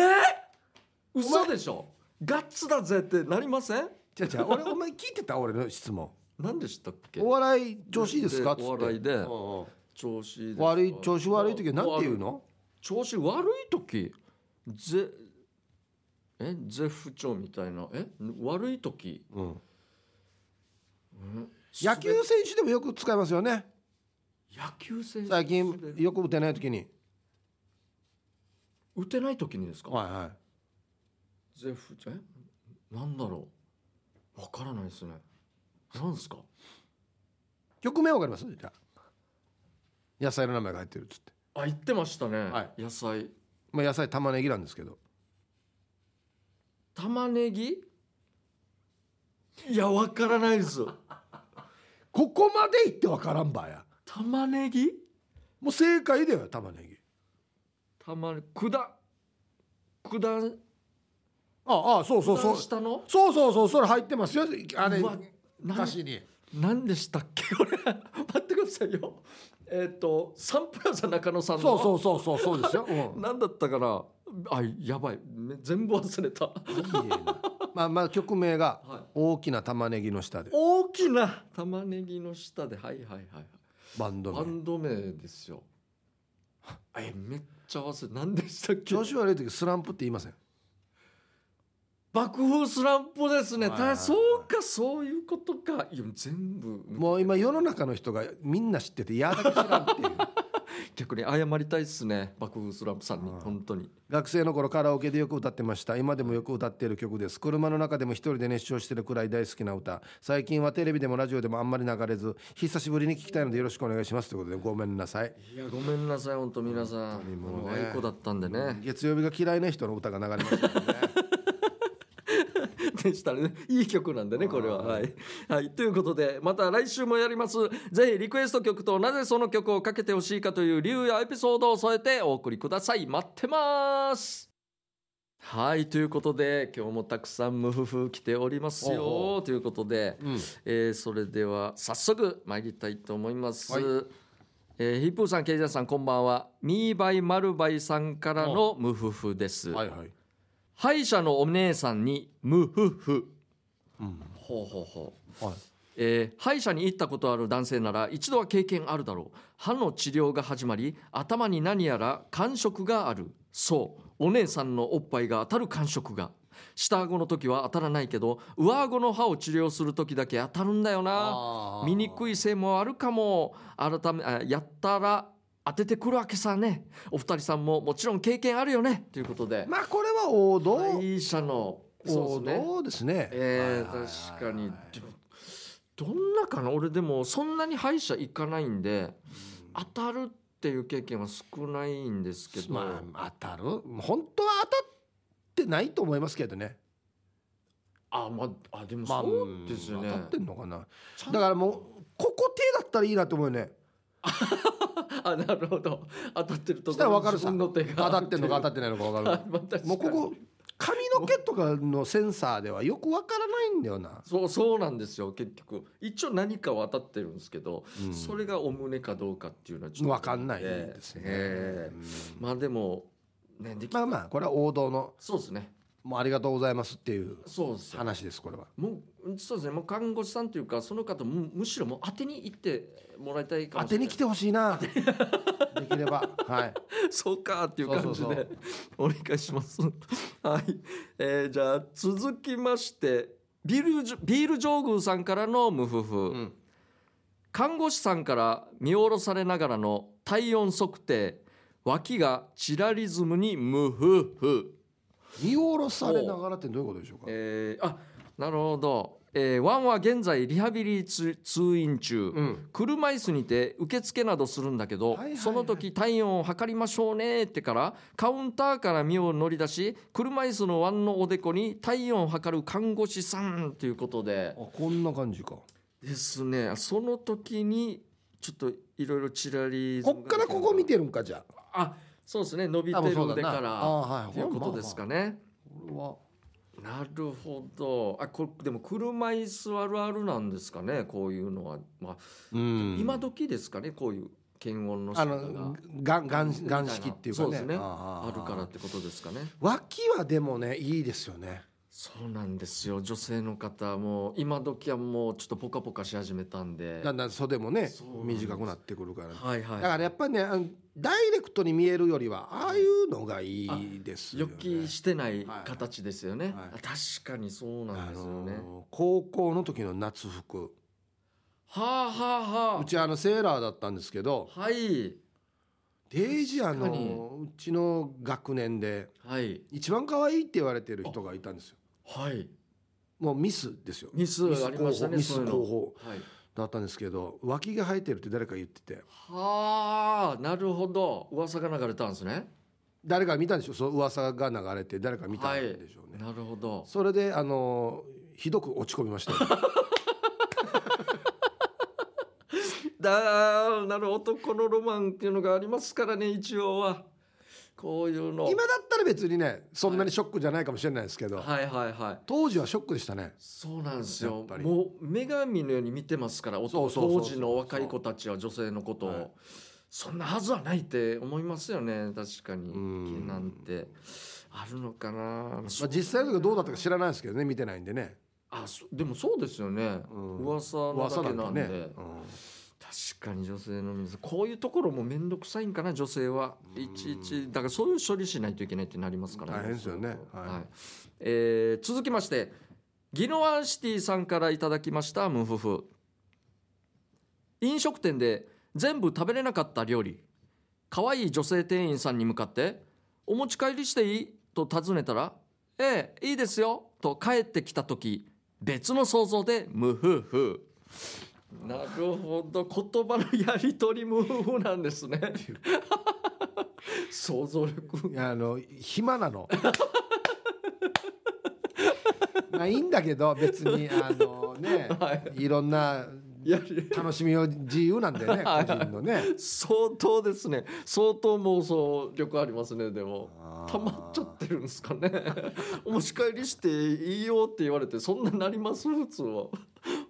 [SPEAKER 1] 嘘でしょガッツだぜってなりません
[SPEAKER 2] じゃじゃ俺お前聞いてた俺の質問
[SPEAKER 1] 何でしたっけ
[SPEAKER 2] お笑い調子いいですかっつって
[SPEAKER 1] お笑いで
[SPEAKER 2] うんうん
[SPEAKER 1] 調子ですか
[SPEAKER 2] 悪い調子悪い時はなんて言うの
[SPEAKER 1] 調子悪い時ゼえゼフ長みたいなえ悪い時
[SPEAKER 2] うん野球選手でもよく使いますよね
[SPEAKER 1] 野球選手
[SPEAKER 2] 最近よく打てない時に
[SPEAKER 1] 打てない時にですか
[SPEAKER 2] はいはい
[SPEAKER 1] ゼフえなんだろうわからないですねなんですか
[SPEAKER 2] 曲名わかりますじゃあ野菜の名前が入ってるっつって、
[SPEAKER 1] あ言ってましたね、
[SPEAKER 2] は
[SPEAKER 1] 野菜
[SPEAKER 2] まあ、野菜玉ねぎなんですけど
[SPEAKER 1] 玉ねぎいやわからないです
[SPEAKER 2] ここまでいってわからんばや
[SPEAKER 1] 玉ねぎ
[SPEAKER 2] もう正解だよ玉ねぎ
[SPEAKER 1] 玉ねくだくだ
[SPEAKER 2] ああそうそうそう
[SPEAKER 1] 下の
[SPEAKER 2] そうそうそうそれ入ってますよあれ
[SPEAKER 1] うわなん
[SPEAKER 2] 歌詞に
[SPEAKER 1] 何でしたっけ <laughs> これ待ってくださいよえっ、とサンプラザ中野さんの
[SPEAKER 2] そうそうそうそうそうですよ、うん、いい
[SPEAKER 1] 何だったかなあやばいめ全部忘れた
[SPEAKER 2] えなまあまあ曲名が
[SPEAKER 1] はい
[SPEAKER 2] 大きな玉ねぎの下で
[SPEAKER 1] 大きな玉ねぎの下ではいはいはいはい
[SPEAKER 2] バンド
[SPEAKER 1] バ
[SPEAKER 2] 名
[SPEAKER 1] ンド名ですよ <laughs> えめっちゃ忘れ何でしたっけ
[SPEAKER 2] 調子悪い時スランプって言いません
[SPEAKER 1] 爆風スランプですね、
[SPEAKER 2] はいはいはい
[SPEAKER 1] たそうかそういうことかいや全部
[SPEAKER 2] もう今世の中の人がみんな知っててやだけ知らんっていう <laughs>
[SPEAKER 1] 逆に謝りたいですね爆風スランプさんに
[SPEAKER 2] はい
[SPEAKER 1] 本当に
[SPEAKER 2] 学生の頃カラオケでよく歌ってました今でもよく歌っている曲です車の中でも一人で熱唱してるくらい大好きな歌最近はテレビでもラジオでもあんまり流れず久しぶりに聞きたいのでよろしくお願いしますということでごめんなさい
[SPEAKER 1] いやごめんなさい本当皆さん
[SPEAKER 2] 本当にもうね
[SPEAKER 1] もう愛子だったんでね
[SPEAKER 2] 月曜日が嫌いな人の歌が流れましたもんね
[SPEAKER 1] でしたらねいい曲なんでねこれははい、はい、ということでまた来週もやりますぜひリクエスト曲となぜその曲をかけてほしいかという理由やエピソードを添えてお送りください待ってますはいということで今日もたくさん無夫婦来ておりますよ
[SPEAKER 2] おう
[SPEAKER 1] と <laughs> いうことで、
[SPEAKER 2] うん
[SPEAKER 1] えーそれでは早速参りたいと思います、
[SPEAKER 2] はい
[SPEAKER 1] えーヒップーさんケイジャンさんこんばんはミーバイマルバイさんからの無夫婦です、
[SPEAKER 2] はいはい
[SPEAKER 1] 歯医者のお姉さんに無夫婦
[SPEAKER 2] うん
[SPEAKER 1] ほうほうほう
[SPEAKER 2] はい
[SPEAKER 1] えー歯医者に行ったことある男性なら一度は経験あるだろう歯の治療が始まり頭に何やら感触があるそうお姉さんのおっぱいが当たる感触が下顎の時は当たらないけど上顎の歯を治療する時だけ当たるんだよな
[SPEAKER 2] あー
[SPEAKER 1] 醜いせいもあるかも改めあやったら当ててくるわけさねお二人さんももちろん経験あるよねということで
[SPEAKER 2] まあこれは王道
[SPEAKER 1] 歯医者の
[SPEAKER 2] 王
[SPEAKER 1] そうですね
[SPEAKER 2] 道ですね
[SPEAKER 1] え
[SPEAKER 2] はいはいはい
[SPEAKER 1] ー、確かにでもどんなかな俺でもそんなに歯医者行かないんで当たるっていう経験は少ないんですけど、
[SPEAKER 2] まあ当たる本当は当たってないと思いますけどね
[SPEAKER 1] あ、あまああでも
[SPEAKER 2] まあ
[SPEAKER 1] そうですよね、
[SPEAKER 2] 当たってんのかな
[SPEAKER 1] ちゃん
[SPEAKER 2] だからもうここ手だったらいいなと思うよね
[SPEAKER 1] あなるほど当たってると
[SPEAKER 2] したら分かる
[SPEAKER 1] 自
[SPEAKER 2] さ
[SPEAKER 1] 分の
[SPEAKER 2] 当
[SPEAKER 1] 手が
[SPEAKER 2] たってんのか当た
[SPEAKER 1] っ
[SPEAKER 2] ってないのか分
[SPEAKER 1] て <laughs>
[SPEAKER 2] か
[SPEAKER 1] るまあ確かに
[SPEAKER 2] る <laughs> もうここ髪の毛とかのセンサーではよく分からないんだよな、
[SPEAKER 1] そうそうなんですよ結局一応何かは当たってるんですけど、
[SPEAKER 2] うん
[SPEAKER 1] それがお胸かどうかっていうのはちょっと
[SPEAKER 2] 分かんないですね、
[SPEAKER 1] ええ
[SPEAKER 2] うん
[SPEAKER 1] まあでもねでき
[SPEAKER 2] まあまあこれは王道の
[SPEAKER 1] そうですね
[SPEAKER 2] もうありがとうございますっていう
[SPEAKER 1] そうですよ
[SPEAKER 2] 話ですこれは
[SPEAKER 1] もうそうですねもう看護師さんというかその方むむしろもう当てに行ってもらいた <laughs> いかもして
[SPEAKER 2] 当
[SPEAKER 1] れな
[SPEAKER 2] に
[SPEAKER 1] い
[SPEAKER 2] 来てほしいなできれば <laughs> はい
[SPEAKER 1] そうかっていう感じ
[SPEAKER 2] そうそう
[SPEAKER 1] でお願いします <laughs> はい、えーじゃあ続きましてビールジョビール上宮さんからの無夫婦、
[SPEAKER 2] ん
[SPEAKER 1] 看護師さんから見下ろされながらの体温測定脇がチラリズムに無夫婦
[SPEAKER 2] 見下ろされながらってどういうことでしょうか、
[SPEAKER 1] えーあなるほど、えーワンは現在リハビリつ通院中、
[SPEAKER 2] うん
[SPEAKER 1] 車椅子にて受付などするんだけど、
[SPEAKER 2] はいはいはい
[SPEAKER 1] その時体温を測りましょうねってからカウンターから身を乗り出し車椅子のワンのおでこに体温を測る看護師さんということで
[SPEAKER 2] あこんな感じか
[SPEAKER 1] ですねその時にちょっといろいろチラリ
[SPEAKER 2] こっからここ見てるんかじゃあ
[SPEAKER 1] あそうですね伸びて
[SPEAKER 2] あもう
[SPEAKER 1] る
[SPEAKER 2] そうだ
[SPEAKER 1] 腕
[SPEAKER 2] な
[SPEAKER 1] か
[SPEAKER 2] あ
[SPEAKER 1] ら
[SPEAKER 2] はい
[SPEAKER 1] ということですかね、
[SPEAKER 2] これは
[SPEAKER 1] なるほどあこれでも車椅子あるあるなんですかねこういうのは、まあ
[SPEAKER 2] うん
[SPEAKER 1] 今時ですかねこういう検温の仕
[SPEAKER 2] あ
[SPEAKER 1] 方
[SPEAKER 2] の
[SPEAKER 1] が
[SPEAKER 2] がんがんがん式っていうか
[SPEAKER 1] そうで
[SPEAKER 2] ね
[SPEAKER 1] すね
[SPEAKER 2] あ
[SPEAKER 1] あ
[SPEAKER 2] ー
[SPEAKER 1] るからってことですかね
[SPEAKER 2] 脇はでもねいいですよね
[SPEAKER 1] そうなんですよ女性の方も今時はもうちょっとポカポカし始めたんで
[SPEAKER 2] だんだん袖もね
[SPEAKER 1] そうなんです
[SPEAKER 2] 短くなってくるから、
[SPEAKER 1] はいはい
[SPEAKER 2] だからやっぱりねあのダイレクトに見えるよりはああいうのがいいですよ
[SPEAKER 1] 予
[SPEAKER 2] ね
[SPEAKER 1] 期してない
[SPEAKER 2] はい
[SPEAKER 1] 形ですよね、
[SPEAKER 2] はい
[SPEAKER 1] あ確かにそうなん
[SPEAKER 2] あ
[SPEAKER 1] ですよ
[SPEAKER 2] の
[SPEAKER 1] ね、
[SPEAKER 2] ー高校の時の夏服
[SPEAKER 1] はあはあは
[SPEAKER 2] うちあのセーラーだったんですけど
[SPEAKER 1] あはい
[SPEAKER 2] デイジーあ
[SPEAKER 1] 確かに
[SPEAKER 2] のうちの学年で
[SPEAKER 1] はい
[SPEAKER 2] 一番可愛いって言われてる人がいたんですよ
[SPEAKER 1] はい
[SPEAKER 2] もうミスですよ
[SPEAKER 1] ミス
[SPEAKER 2] ミス
[SPEAKER 1] ありましたね
[SPEAKER 2] ミス
[SPEAKER 1] そういうの
[SPEAKER 2] 候補
[SPEAKER 1] はい
[SPEAKER 2] だったんですけど脇が生えてるって誰か言ってて
[SPEAKER 1] はあなるほど噂が流れたんですね
[SPEAKER 2] 誰か見たんでしょそう噂が流れて誰か見たんでしょうね、
[SPEAKER 1] なるほど
[SPEAKER 2] それであのひどく落ち込みま <laughs> したよ
[SPEAKER 1] だなる男のロマンっていうのがありますからね一応はこういうの
[SPEAKER 2] 今だったら別にねそんなにショックじゃないかもしれないですけど、
[SPEAKER 1] はいはいはい
[SPEAKER 2] 当時はショックでしたね
[SPEAKER 1] そうなんです
[SPEAKER 2] やっ
[SPEAKER 1] よ
[SPEAKER 2] ぱり
[SPEAKER 1] もう女神のように見てますからお
[SPEAKER 2] そうそうそうそう
[SPEAKER 1] 当時の若い子たちは女性のことを、
[SPEAKER 2] はい
[SPEAKER 1] そんなはずはないって思いますよね確かに
[SPEAKER 2] うん
[SPEAKER 1] 毛なんてあるのかな、
[SPEAKER 2] まあ、実際の時どうだったか知らないですけどね見てないんでね、
[SPEAKER 1] あそでもそうですよね、
[SPEAKER 2] うん
[SPEAKER 1] 噂のだ
[SPEAKER 2] 噂な
[SPEAKER 1] け
[SPEAKER 2] ん
[SPEAKER 1] な
[SPEAKER 2] だ
[SPEAKER 1] んで
[SPEAKER 2] ね、うん
[SPEAKER 1] 確かに女性の水こういうところも面倒くさいんかな女性はいちいちだからそういう処理しないといけないってなりますから
[SPEAKER 2] 大変ですよね
[SPEAKER 1] は
[SPEAKER 2] はいい
[SPEAKER 1] えー続きましてギノワンシティさんからいただきましたムフフ飲食店で全部食べれなかった料理可愛い女性店員さんに向かって「お持ち帰りしていい?」と尋ねたら「ええいいですよ」と帰ってきた時別の想像でムフフなるほど言葉のやり取りムフフなんですね想像力
[SPEAKER 2] いやあの暇なの <laughs> まあいいんだけど別にあのね、い、ろんな
[SPEAKER 1] やり
[SPEAKER 2] 楽しみを自由なんだよね
[SPEAKER 1] はい
[SPEAKER 2] 個人のね
[SPEAKER 1] 相当ですね相当妄想力ありますねでも
[SPEAKER 2] あー
[SPEAKER 1] 溜まっちゃってるんですかね <laughs> お持ち帰りしていいよって言われてそんななります <laughs> 普通は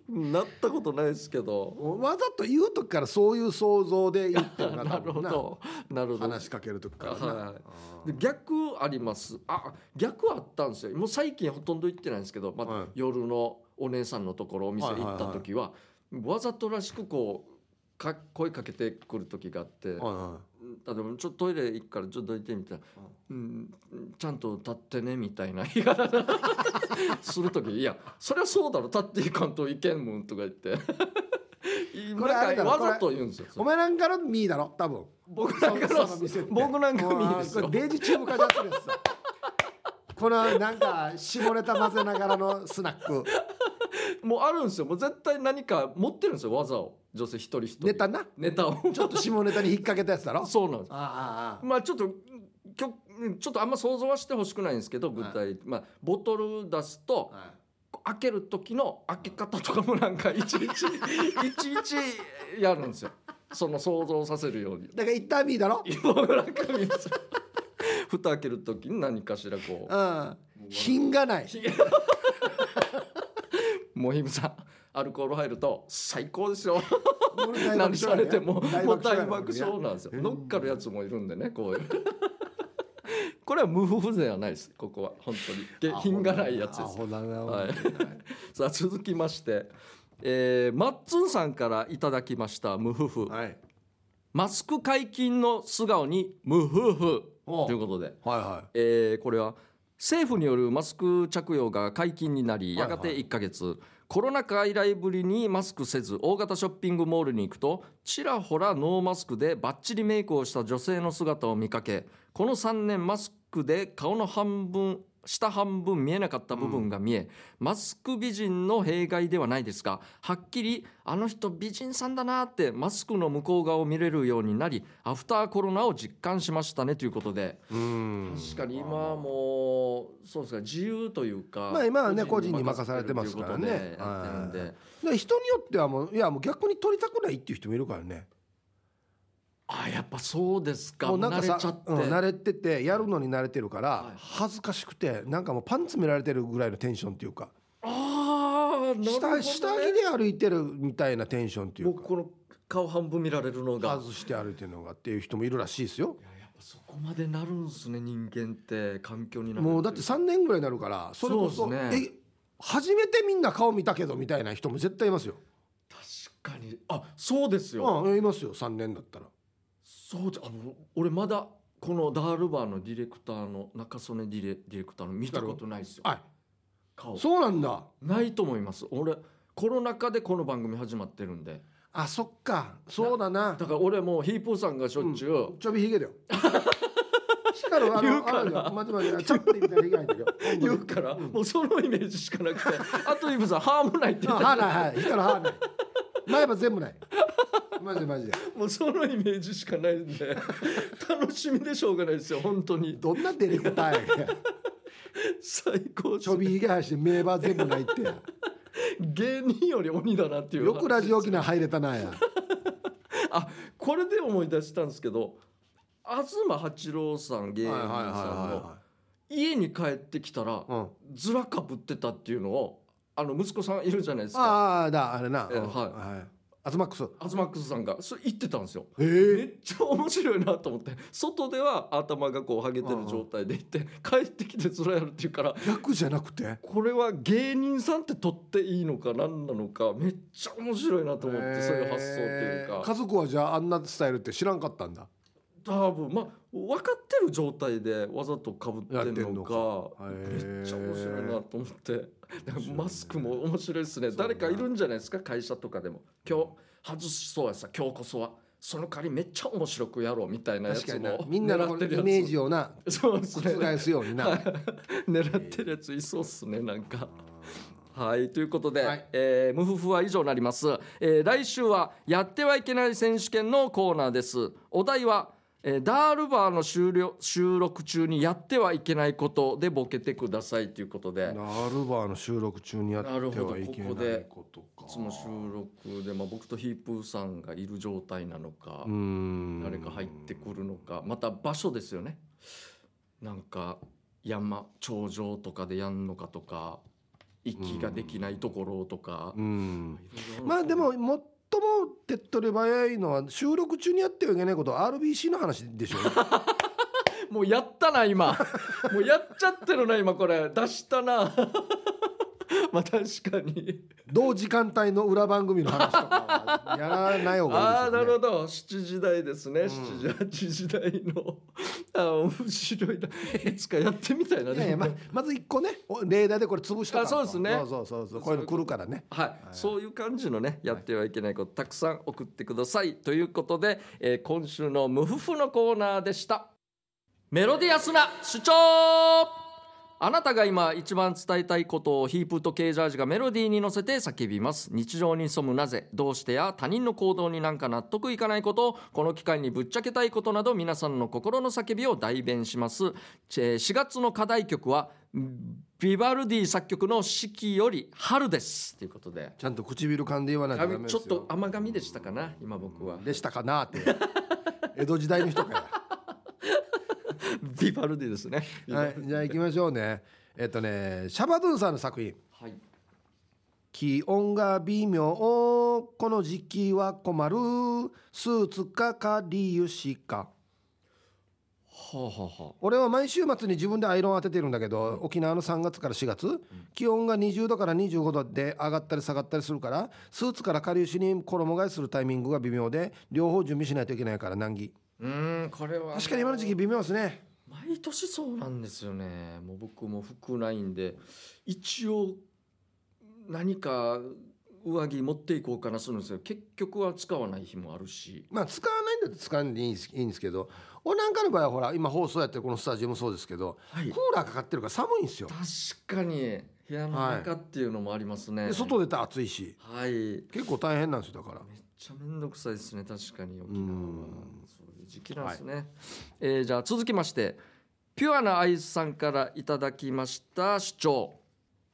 [SPEAKER 1] なったことないですけど
[SPEAKER 2] わざと言う時からそういう想像で言ってるから
[SPEAKER 1] なるほどなるほど
[SPEAKER 2] 話しかける時からな、
[SPEAKER 1] はい
[SPEAKER 2] あ
[SPEAKER 1] で逆ありますあ逆あったんですよもう最近ほとんど行ってないんですけど、まあ
[SPEAKER 2] はい
[SPEAKER 1] 夜のお姉さんのところお店
[SPEAKER 2] はい
[SPEAKER 1] 行
[SPEAKER 2] はいは
[SPEAKER 1] っ
[SPEAKER 2] い
[SPEAKER 1] た時は,、わざとらしくこうか声かけてくる時があって、
[SPEAKER 2] ーはいは
[SPEAKER 1] 例えばちょっとトイレ行くからちょっとどいてみたいな、うん、ちゃんと立ってねみたいな <laughs> 言い方する時いやそりゃそうだろ立っていかんといけんもんとか言って
[SPEAKER 2] <laughs> これあ
[SPEAKER 1] な
[SPEAKER 2] れ
[SPEAKER 1] んか
[SPEAKER 2] だろ
[SPEAKER 1] わざと言うんですよ
[SPEAKER 2] いお前なんかのミーだろ多分
[SPEAKER 1] 僕なんかの
[SPEAKER 2] その店って
[SPEAKER 1] 僕なんかの
[SPEAKER 2] もう
[SPEAKER 1] いいです
[SPEAKER 2] こ
[SPEAKER 1] よ
[SPEAKER 2] れデイジチーム化ですよこのなんか絞れた混ぜながらのスナック
[SPEAKER 1] もうあるんですよもう絶対何か持ってるんですよ技を女性一人一人
[SPEAKER 2] ネタな
[SPEAKER 1] ネタを <laughs>
[SPEAKER 2] ちょっと下ネタに引っ掛けたやつだろ
[SPEAKER 1] そうなんです
[SPEAKER 2] あああ
[SPEAKER 1] まあちょっときょちょっとあんま想像はしてほしくないんですけど具体、まあ、ボトル出すと、
[SPEAKER 2] あああ
[SPEAKER 1] 開ける時の開け方とかもなんかい
[SPEAKER 2] <laughs>
[SPEAKER 1] ちいちいちいちやるんですよその想像させるように
[SPEAKER 2] だから一旦ミーだろ
[SPEAKER 1] 僕なんか見ます蓋開ける時に何かしらこう
[SPEAKER 2] うん品がない
[SPEAKER 1] もうひむさんアルコール入ると最高ですよ
[SPEAKER 2] 俺大爆笑や
[SPEAKER 1] 何されてももう大爆
[SPEAKER 2] や
[SPEAKER 1] 笑なんですよ乗っかるやつもいるんでねこういう <laughs> これは無風ではないですここは本当に下
[SPEAKER 2] アホ
[SPEAKER 1] 品がないやつ
[SPEAKER 2] ア
[SPEAKER 1] です
[SPEAKER 2] ホだな
[SPEAKER 1] はい、さあ続きまして、えー、マッツンさんからいただきました無夫婦、
[SPEAKER 2] はい
[SPEAKER 1] マスク解禁の素顔に無夫婦
[SPEAKER 2] おう
[SPEAKER 1] ということで、
[SPEAKER 2] はいは
[SPEAKER 1] えーこれは政府によるマスク着用が解禁になり
[SPEAKER 2] は
[SPEAKER 1] や
[SPEAKER 2] いはい
[SPEAKER 1] がて1ヶ月、コロナ禍以来ぶりにマスクせず大型ショッピングモールに行くとちらほらノーマスクでバッチリメイクをした女性の姿を見かけこの3年マスクで顔の半分下半分見えなかった部分が見え、マスク美人の弊害ではないですがはっきりあの人美人さんだなってマスクの向こう側を見れるようになりアフターコロナを実感しましたねということで。
[SPEAKER 2] いうん
[SPEAKER 1] 確かに今はもうそうですか自由というか
[SPEAKER 2] まあ今はね個人に任されてますから
[SPEAKER 1] 個人
[SPEAKER 2] ね
[SPEAKER 1] に任せてるということでやってるんで
[SPEAKER 2] で人によってはもういやもう逆に取りたくないっていう人もいるからね
[SPEAKER 1] あやっぱそうですか
[SPEAKER 2] もうなんか
[SPEAKER 1] 慣
[SPEAKER 2] さ
[SPEAKER 1] れちゃって、
[SPEAKER 2] うん慣れててやるのに慣れてるから、
[SPEAKER 1] い
[SPEAKER 2] 恥ずかしくてなんかもうパンツ見られてるぐらいのテンションっていうか
[SPEAKER 1] ああなるほど、ね、
[SPEAKER 2] 下下着で歩いてるみたいなテンションっていう
[SPEAKER 1] 僕
[SPEAKER 2] か
[SPEAKER 1] この顔半分見られるのが
[SPEAKER 2] 外して歩いてるのがっていう人もいるらしいですよ
[SPEAKER 1] いややっぱそこまでなるんすね人間って環境になる
[SPEAKER 2] もうだって3年ぐらいになるからそれこ
[SPEAKER 1] そ
[SPEAKER 2] そう
[SPEAKER 1] ですね
[SPEAKER 2] え初めてみんな顔見たけどみたいな人も絶対いますよ、
[SPEAKER 1] 確かにあそうですよ、
[SPEAKER 2] うん、いますよ3年だったら
[SPEAKER 1] そうだあの俺まだこのダールバーのディレクターの中曽根ディレディレクターの見たことないですよ
[SPEAKER 2] あ
[SPEAKER 1] 顔
[SPEAKER 2] そうなんだ
[SPEAKER 1] ないと思います俺コロナ禍でこの番組始まってるんで
[SPEAKER 2] あそっかそうだな
[SPEAKER 1] だから俺もうヒープーさんがしょっちゅう、
[SPEAKER 2] ちょびひげだ <laughs> よ光るあ
[SPEAKER 1] 言う
[SPEAKER 2] の
[SPEAKER 1] から
[SPEAKER 2] あれだよまじまじチャップリみたいなひげないんだよ
[SPEAKER 1] 言うから、もうそのイメージしかなく
[SPEAKER 2] <laughs>
[SPEAKER 1] てあとヒープーさんハーモないって言った
[SPEAKER 2] 歯ないはい光る歯ない前歯全部ないマジでマジで
[SPEAKER 1] もうそのイメージしかないんで楽しみでしょうがないですよ本当に
[SPEAKER 2] どんなディレクターやねん
[SPEAKER 1] 最高っ
[SPEAKER 2] ち
[SPEAKER 1] す
[SPEAKER 2] ょびひげ生やして名歯全部ないってや
[SPEAKER 1] 芸人より鬼だなっていう
[SPEAKER 2] よくラジオ機能入れたなや
[SPEAKER 1] あこれで思い出したんですけど東八郎さん芸人さんの家に帰ってきたら
[SPEAKER 2] い、うん
[SPEAKER 1] ずらかぶってたっていうのをあの息子さんいるじゃないですか
[SPEAKER 2] ああだあれな、
[SPEAKER 1] え
[SPEAKER 2] うん
[SPEAKER 1] はい
[SPEAKER 2] いアズマックス
[SPEAKER 1] 東マックスさんがそれ言ってたんですよ
[SPEAKER 2] え
[SPEAKER 1] めっちゃ面白いなと思って外では頭がこうハゲてる状態でいて帰ってきてずらやるっていうから
[SPEAKER 2] 逆じゃなくて
[SPEAKER 1] これは芸人さんって取っていいのか何なのかめっちゃ面白いなと思ってそういう発想っていう
[SPEAKER 2] えー
[SPEAKER 1] か
[SPEAKER 2] 家族はじゃああんなスタイルって知らんかったんだ
[SPEAKER 1] 多分まあ分かってる状態でわざとかぶって
[SPEAKER 2] やって
[SPEAKER 1] る
[SPEAKER 2] ん
[SPEAKER 1] の
[SPEAKER 2] の
[SPEAKER 1] か
[SPEAKER 2] か
[SPEAKER 1] めっちゃ面白いなと思ってだから
[SPEAKER 2] 白いね
[SPEAKER 1] マスクも面白いですね
[SPEAKER 2] そうだな
[SPEAKER 1] 誰かいるんじゃないですか会社とかでも今日外しそうやさ今日こそはその代わりめっちゃ面白くやろうみたいなや
[SPEAKER 2] 確
[SPEAKER 1] つ
[SPEAKER 2] かにな
[SPEAKER 1] も
[SPEAKER 2] みんなのこのイメージをな
[SPEAKER 1] ジ <laughs> そうですね
[SPEAKER 2] 覆すようにな
[SPEAKER 1] <laughs> 狙ってるやついそうっすねなんか。はいということで、
[SPEAKER 2] はい
[SPEAKER 1] えームフフは以上になります、えー来週はやってはいけない選手権のコーナーですお題は、えーダールバーの終了収録中にやってはいけないことでボケてくださいということで
[SPEAKER 2] なるバーの収録中にやって
[SPEAKER 1] なるほど
[SPEAKER 2] はいけないことか
[SPEAKER 1] いつも収録で、まあ、僕とヒープーさんがいる状態なのか
[SPEAKER 2] うーん
[SPEAKER 1] 誰か入ってくるのかまた場所ですよねなんか山頂上とかでやんのかとか息ができないところとか
[SPEAKER 2] う、ん
[SPEAKER 1] いろいろ
[SPEAKER 2] まあでも最も手っ取り早いのは収録中にやってはいけないことは RBC の話でしょうね
[SPEAKER 1] もうやったな
[SPEAKER 2] <laughs>
[SPEAKER 1] 今もうやっちゃってるな今これ出したな <laughs> まあ確かに
[SPEAKER 2] 同時間帯の裏番組の話とかはやらない方
[SPEAKER 1] ああ
[SPEAKER 2] がいいですよね
[SPEAKER 1] なるほど7時台ですね、
[SPEAKER 2] うん
[SPEAKER 1] 7時8時台のあ面白いないつかやってみたいな、
[SPEAKER 2] いやいやままず一個ねおレーダーでこれ潰しとかんと
[SPEAKER 1] あそうですね
[SPEAKER 2] そうそうそうそうこういうの来るからね
[SPEAKER 1] はい、そういう感じのねやってはいけないことたくさん送ってくださいということで、えー今週の「ムフフ」のコーナーでしたメロディアスな主張あなたが今一番伝えたいことをヒープとケージャージがメロディーに乗せて叫びます日常に潜むなぜどうしてや他人の行動になんか納得いかないことこの機会にぶっちゃけたいことなど皆さんの心の叫びを代弁しますえー4月の課題曲はビバルディ作曲の「四季より春」ですということで
[SPEAKER 2] ちゃんと唇噛んで言わないとダメです
[SPEAKER 1] ちょ
[SPEAKER 2] よ
[SPEAKER 1] っと甘噛みでしたかな今僕は
[SPEAKER 2] でしたかなって <laughs> 江戸時代の人か
[SPEAKER 1] ビバルディですね <laughs>
[SPEAKER 2] ら、はい、じゃあ行きましょうねえっとねシャバドゥンさんの作品
[SPEAKER 1] はい
[SPEAKER 2] 気温が微妙この時期は困るスーツかかりゆしか
[SPEAKER 1] はあはあはあ
[SPEAKER 2] 俺は毎週末に自分でアイロン当ててるんだけど、沖縄の3月から4月気温が20度から25度で上がったり下がったりするからスーツからかりゆしに衣替えするタイミングが微妙で両方準備しないといけないから難儀
[SPEAKER 1] うーんこれは
[SPEAKER 2] 確かに今の時期微妙ですね
[SPEAKER 1] 毎年そうなんですよねもう僕も服ないんで一応何か上着持っていこうかなするんですよ結局は使わない日もあるし
[SPEAKER 2] まあ使わないんだったら使わないでいいんですいいんですけど俺なんかの場合はほら今放送やってるこのスタジオもそうですけど
[SPEAKER 1] はい
[SPEAKER 2] クーラーかかってるから寒いんですよ
[SPEAKER 1] 確かに部屋の中っていうのもありますね、は
[SPEAKER 2] で
[SPEAKER 1] い、
[SPEAKER 2] 外出たら暑いし
[SPEAKER 1] はい
[SPEAKER 2] 結構大変なんですよだ <laughs> から
[SPEAKER 1] めっちゃめんどくさいですね確かに沖
[SPEAKER 2] う
[SPEAKER 1] 縄は
[SPEAKER 2] ん
[SPEAKER 1] そういう時期なんですね、えーじゃあ続きましてピュアなアイスさんからいただきました主張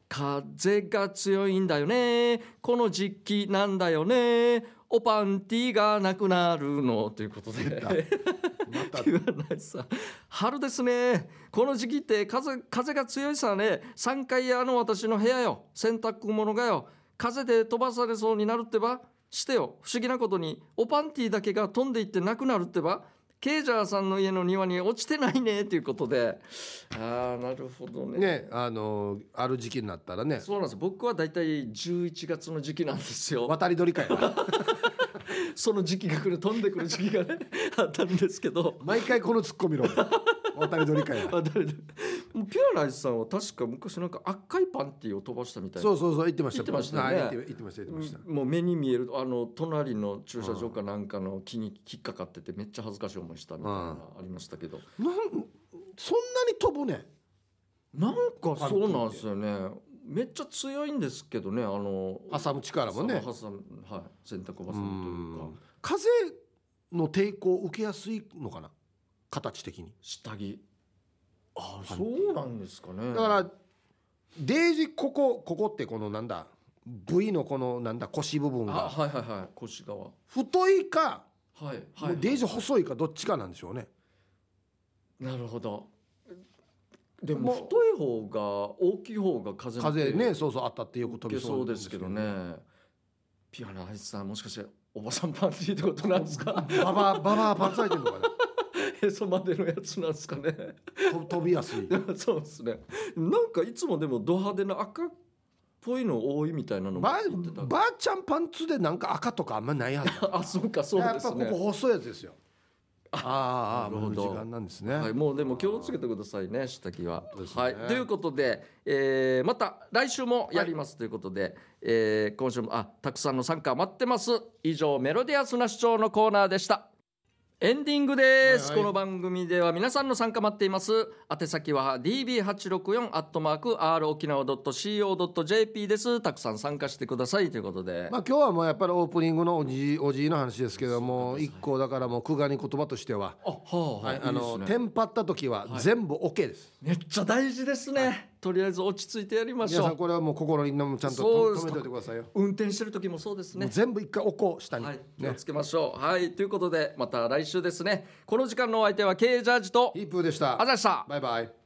[SPEAKER 1] 風が強いんだよねこの時期なんだよねおパンティがなくなるのということで
[SPEAKER 2] たまた
[SPEAKER 1] 言わないさ春ですねこの時期って風風が強いさね3階やあの私の部屋よ洗濯物がよ風で飛ばされそうになるってばしてよ不思議なことにおパンティだけが飛んでいってなくなるってばケイジャーさんの家の庭に落ちてないねということでああなるほどね
[SPEAKER 2] ねあのある時期になったらね
[SPEAKER 1] そうなんです僕は大体11月の時期なんですよ
[SPEAKER 2] 渡り鳥かよ
[SPEAKER 1] その時期が来る飛んでくる時期がねあったんですけど
[SPEAKER 2] 毎回このツッコ
[SPEAKER 1] <laughs>
[SPEAKER 2] ミ論渡り鳥かよ
[SPEAKER 1] あ誰だもうピュアライズさんは確か昔なんか赤いパンティを飛ばしたみたいな
[SPEAKER 2] そうそうそう言ってまし
[SPEAKER 1] 言
[SPEAKER 2] た
[SPEAKER 1] ってましたよね
[SPEAKER 2] はい言って言ってました言ってました
[SPEAKER 1] もう目に見えるあの隣の駐車場かなんかの木に引っかかっててめっちゃ恥ずかしい思いしたみたいなのがありましたけど
[SPEAKER 2] なんそんなに飛ぶね
[SPEAKER 1] なんかそうなんですよねめっちゃ強いんですけどねあの
[SPEAKER 2] 挟む力もね
[SPEAKER 1] 挟むはい洗濯ば
[SPEAKER 2] う
[SPEAKER 1] さむというか
[SPEAKER 2] ん風の抵抗を受けやすいのかな形的に
[SPEAKER 1] 下着あそうなんですかね
[SPEAKER 2] だからデージここここってこのなんだ V のこのなんだ腰部分
[SPEAKER 1] あ
[SPEAKER 2] が
[SPEAKER 1] はいはいはい腰側
[SPEAKER 2] 太いか
[SPEAKER 1] はいは
[SPEAKER 2] も
[SPEAKER 1] いう
[SPEAKER 2] デージ細いかどっちかなんでしょうね
[SPEAKER 1] なるほどで
[SPEAKER 2] も
[SPEAKER 1] も
[SPEAKER 2] う
[SPEAKER 1] 太い方が大きい方が風の
[SPEAKER 2] 風ねそうそう当たってよく飛
[SPEAKER 1] 受け
[SPEAKER 2] びそ
[SPEAKER 1] そうう
[SPEAKER 2] なん
[SPEAKER 1] ですけどねピュアなアイスさんもしかしておばさんパンティーってことなんです
[SPEAKER 2] <laughs>
[SPEAKER 1] か
[SPEAKER 2] ババアババアパンツ履いてるのかな
[SPEAKER 1] へそまでのやつなんですかね <laughs>
[SPEAKER 2] と飛びやすい
[SPEAKER 1] そうですねなんかいつもでもド派手な赤っぽいの多いみたいなのも
[SPEAKER 2] ば
[SPEAKER 1] 言ってた
[SPEAKER 2] ばあちゃんパンツでなんか赤とかあんまないはず
[SPEAKER 1] あそうかそう
[SPEAKER 2] や
[SPEAKER 1] で
[SPEAKER 2] っ
[SPEAKER 1] す
[SPEAKER 2] ぱこ
[SPEAKER 1] ね
[SPEAKER 2] こ細いやつですよあーあー
[SPEAKER 1] な
[SPEAKER 2] あー
[SPEAKER 1] る
[SPEAKER 2] も
[SPEAKER 1] ほ
[SPEAKER 2] う
[SPEAKER 1] ど
[SPEAKER 2] 時間なんですね、
[SPEAKER 1] はい、もうでも気をつけてくださいね、下着は
[SPEAKER 2] そうで。すね
[SPEAKER 1] はい、ということで、えーまた来週もやりますということで、えー今週もあたくさんの参加待ってます。以上メロディアスな主張のコーナーでした。エンディングです、
[SPEAKER 2] はいはい
[SPEAKER 1] この番組では皆さんの参加待っています宛先は db864 アットマーク r 沖縄 .co.jp ですたくさん参加してくださいということで、
[SPEAKER 2] まあ、今日はもうやっぱりオープニングのおじおじいの話ですけども一個だからもう苦がに言葉としては、
[SPEAKER 1] あはあ、
[SPEAKER 2] はいい、
[SPEAKER 1] い
[SPEAKER 2] あ
[SPEAKER 1] です
[SPEAKER 2] の
[SPEAKER 1] ね
[SPEAKER 2] テンパった時は全部 OK です、
[SPEAKER 1] めっちゃ大事ですね、とりあえず落ち着いてやりましょ
[SPEAKER 2] 皆さん
[SPEAKER 1] う
[SPEAKER 2] これはもう心にもちゃんと
[SPEAKER 1] そうで
[SPEAKER 2] 止
[SPEAKER 1] す
[SPEAKER 2] めておいてくださいよ、
[SPEAKER 1] 運転してる時もそうです
[SPEAKER 2] も
[SPEAKER 1] ね
[SPEAKER 2] う全部一回置こう下に、
[SPEAKER 1] はい、気を
[SPEAKER 2] ね
[SPEAKER 1] つけましょう。はい、ということで、また来週ですね。この時間のお相手は K ジャージと、
[SPEAKER 2] ヒープーでした
[SPEAKER 1] あざした。
[SPEAKER 2] バイバイ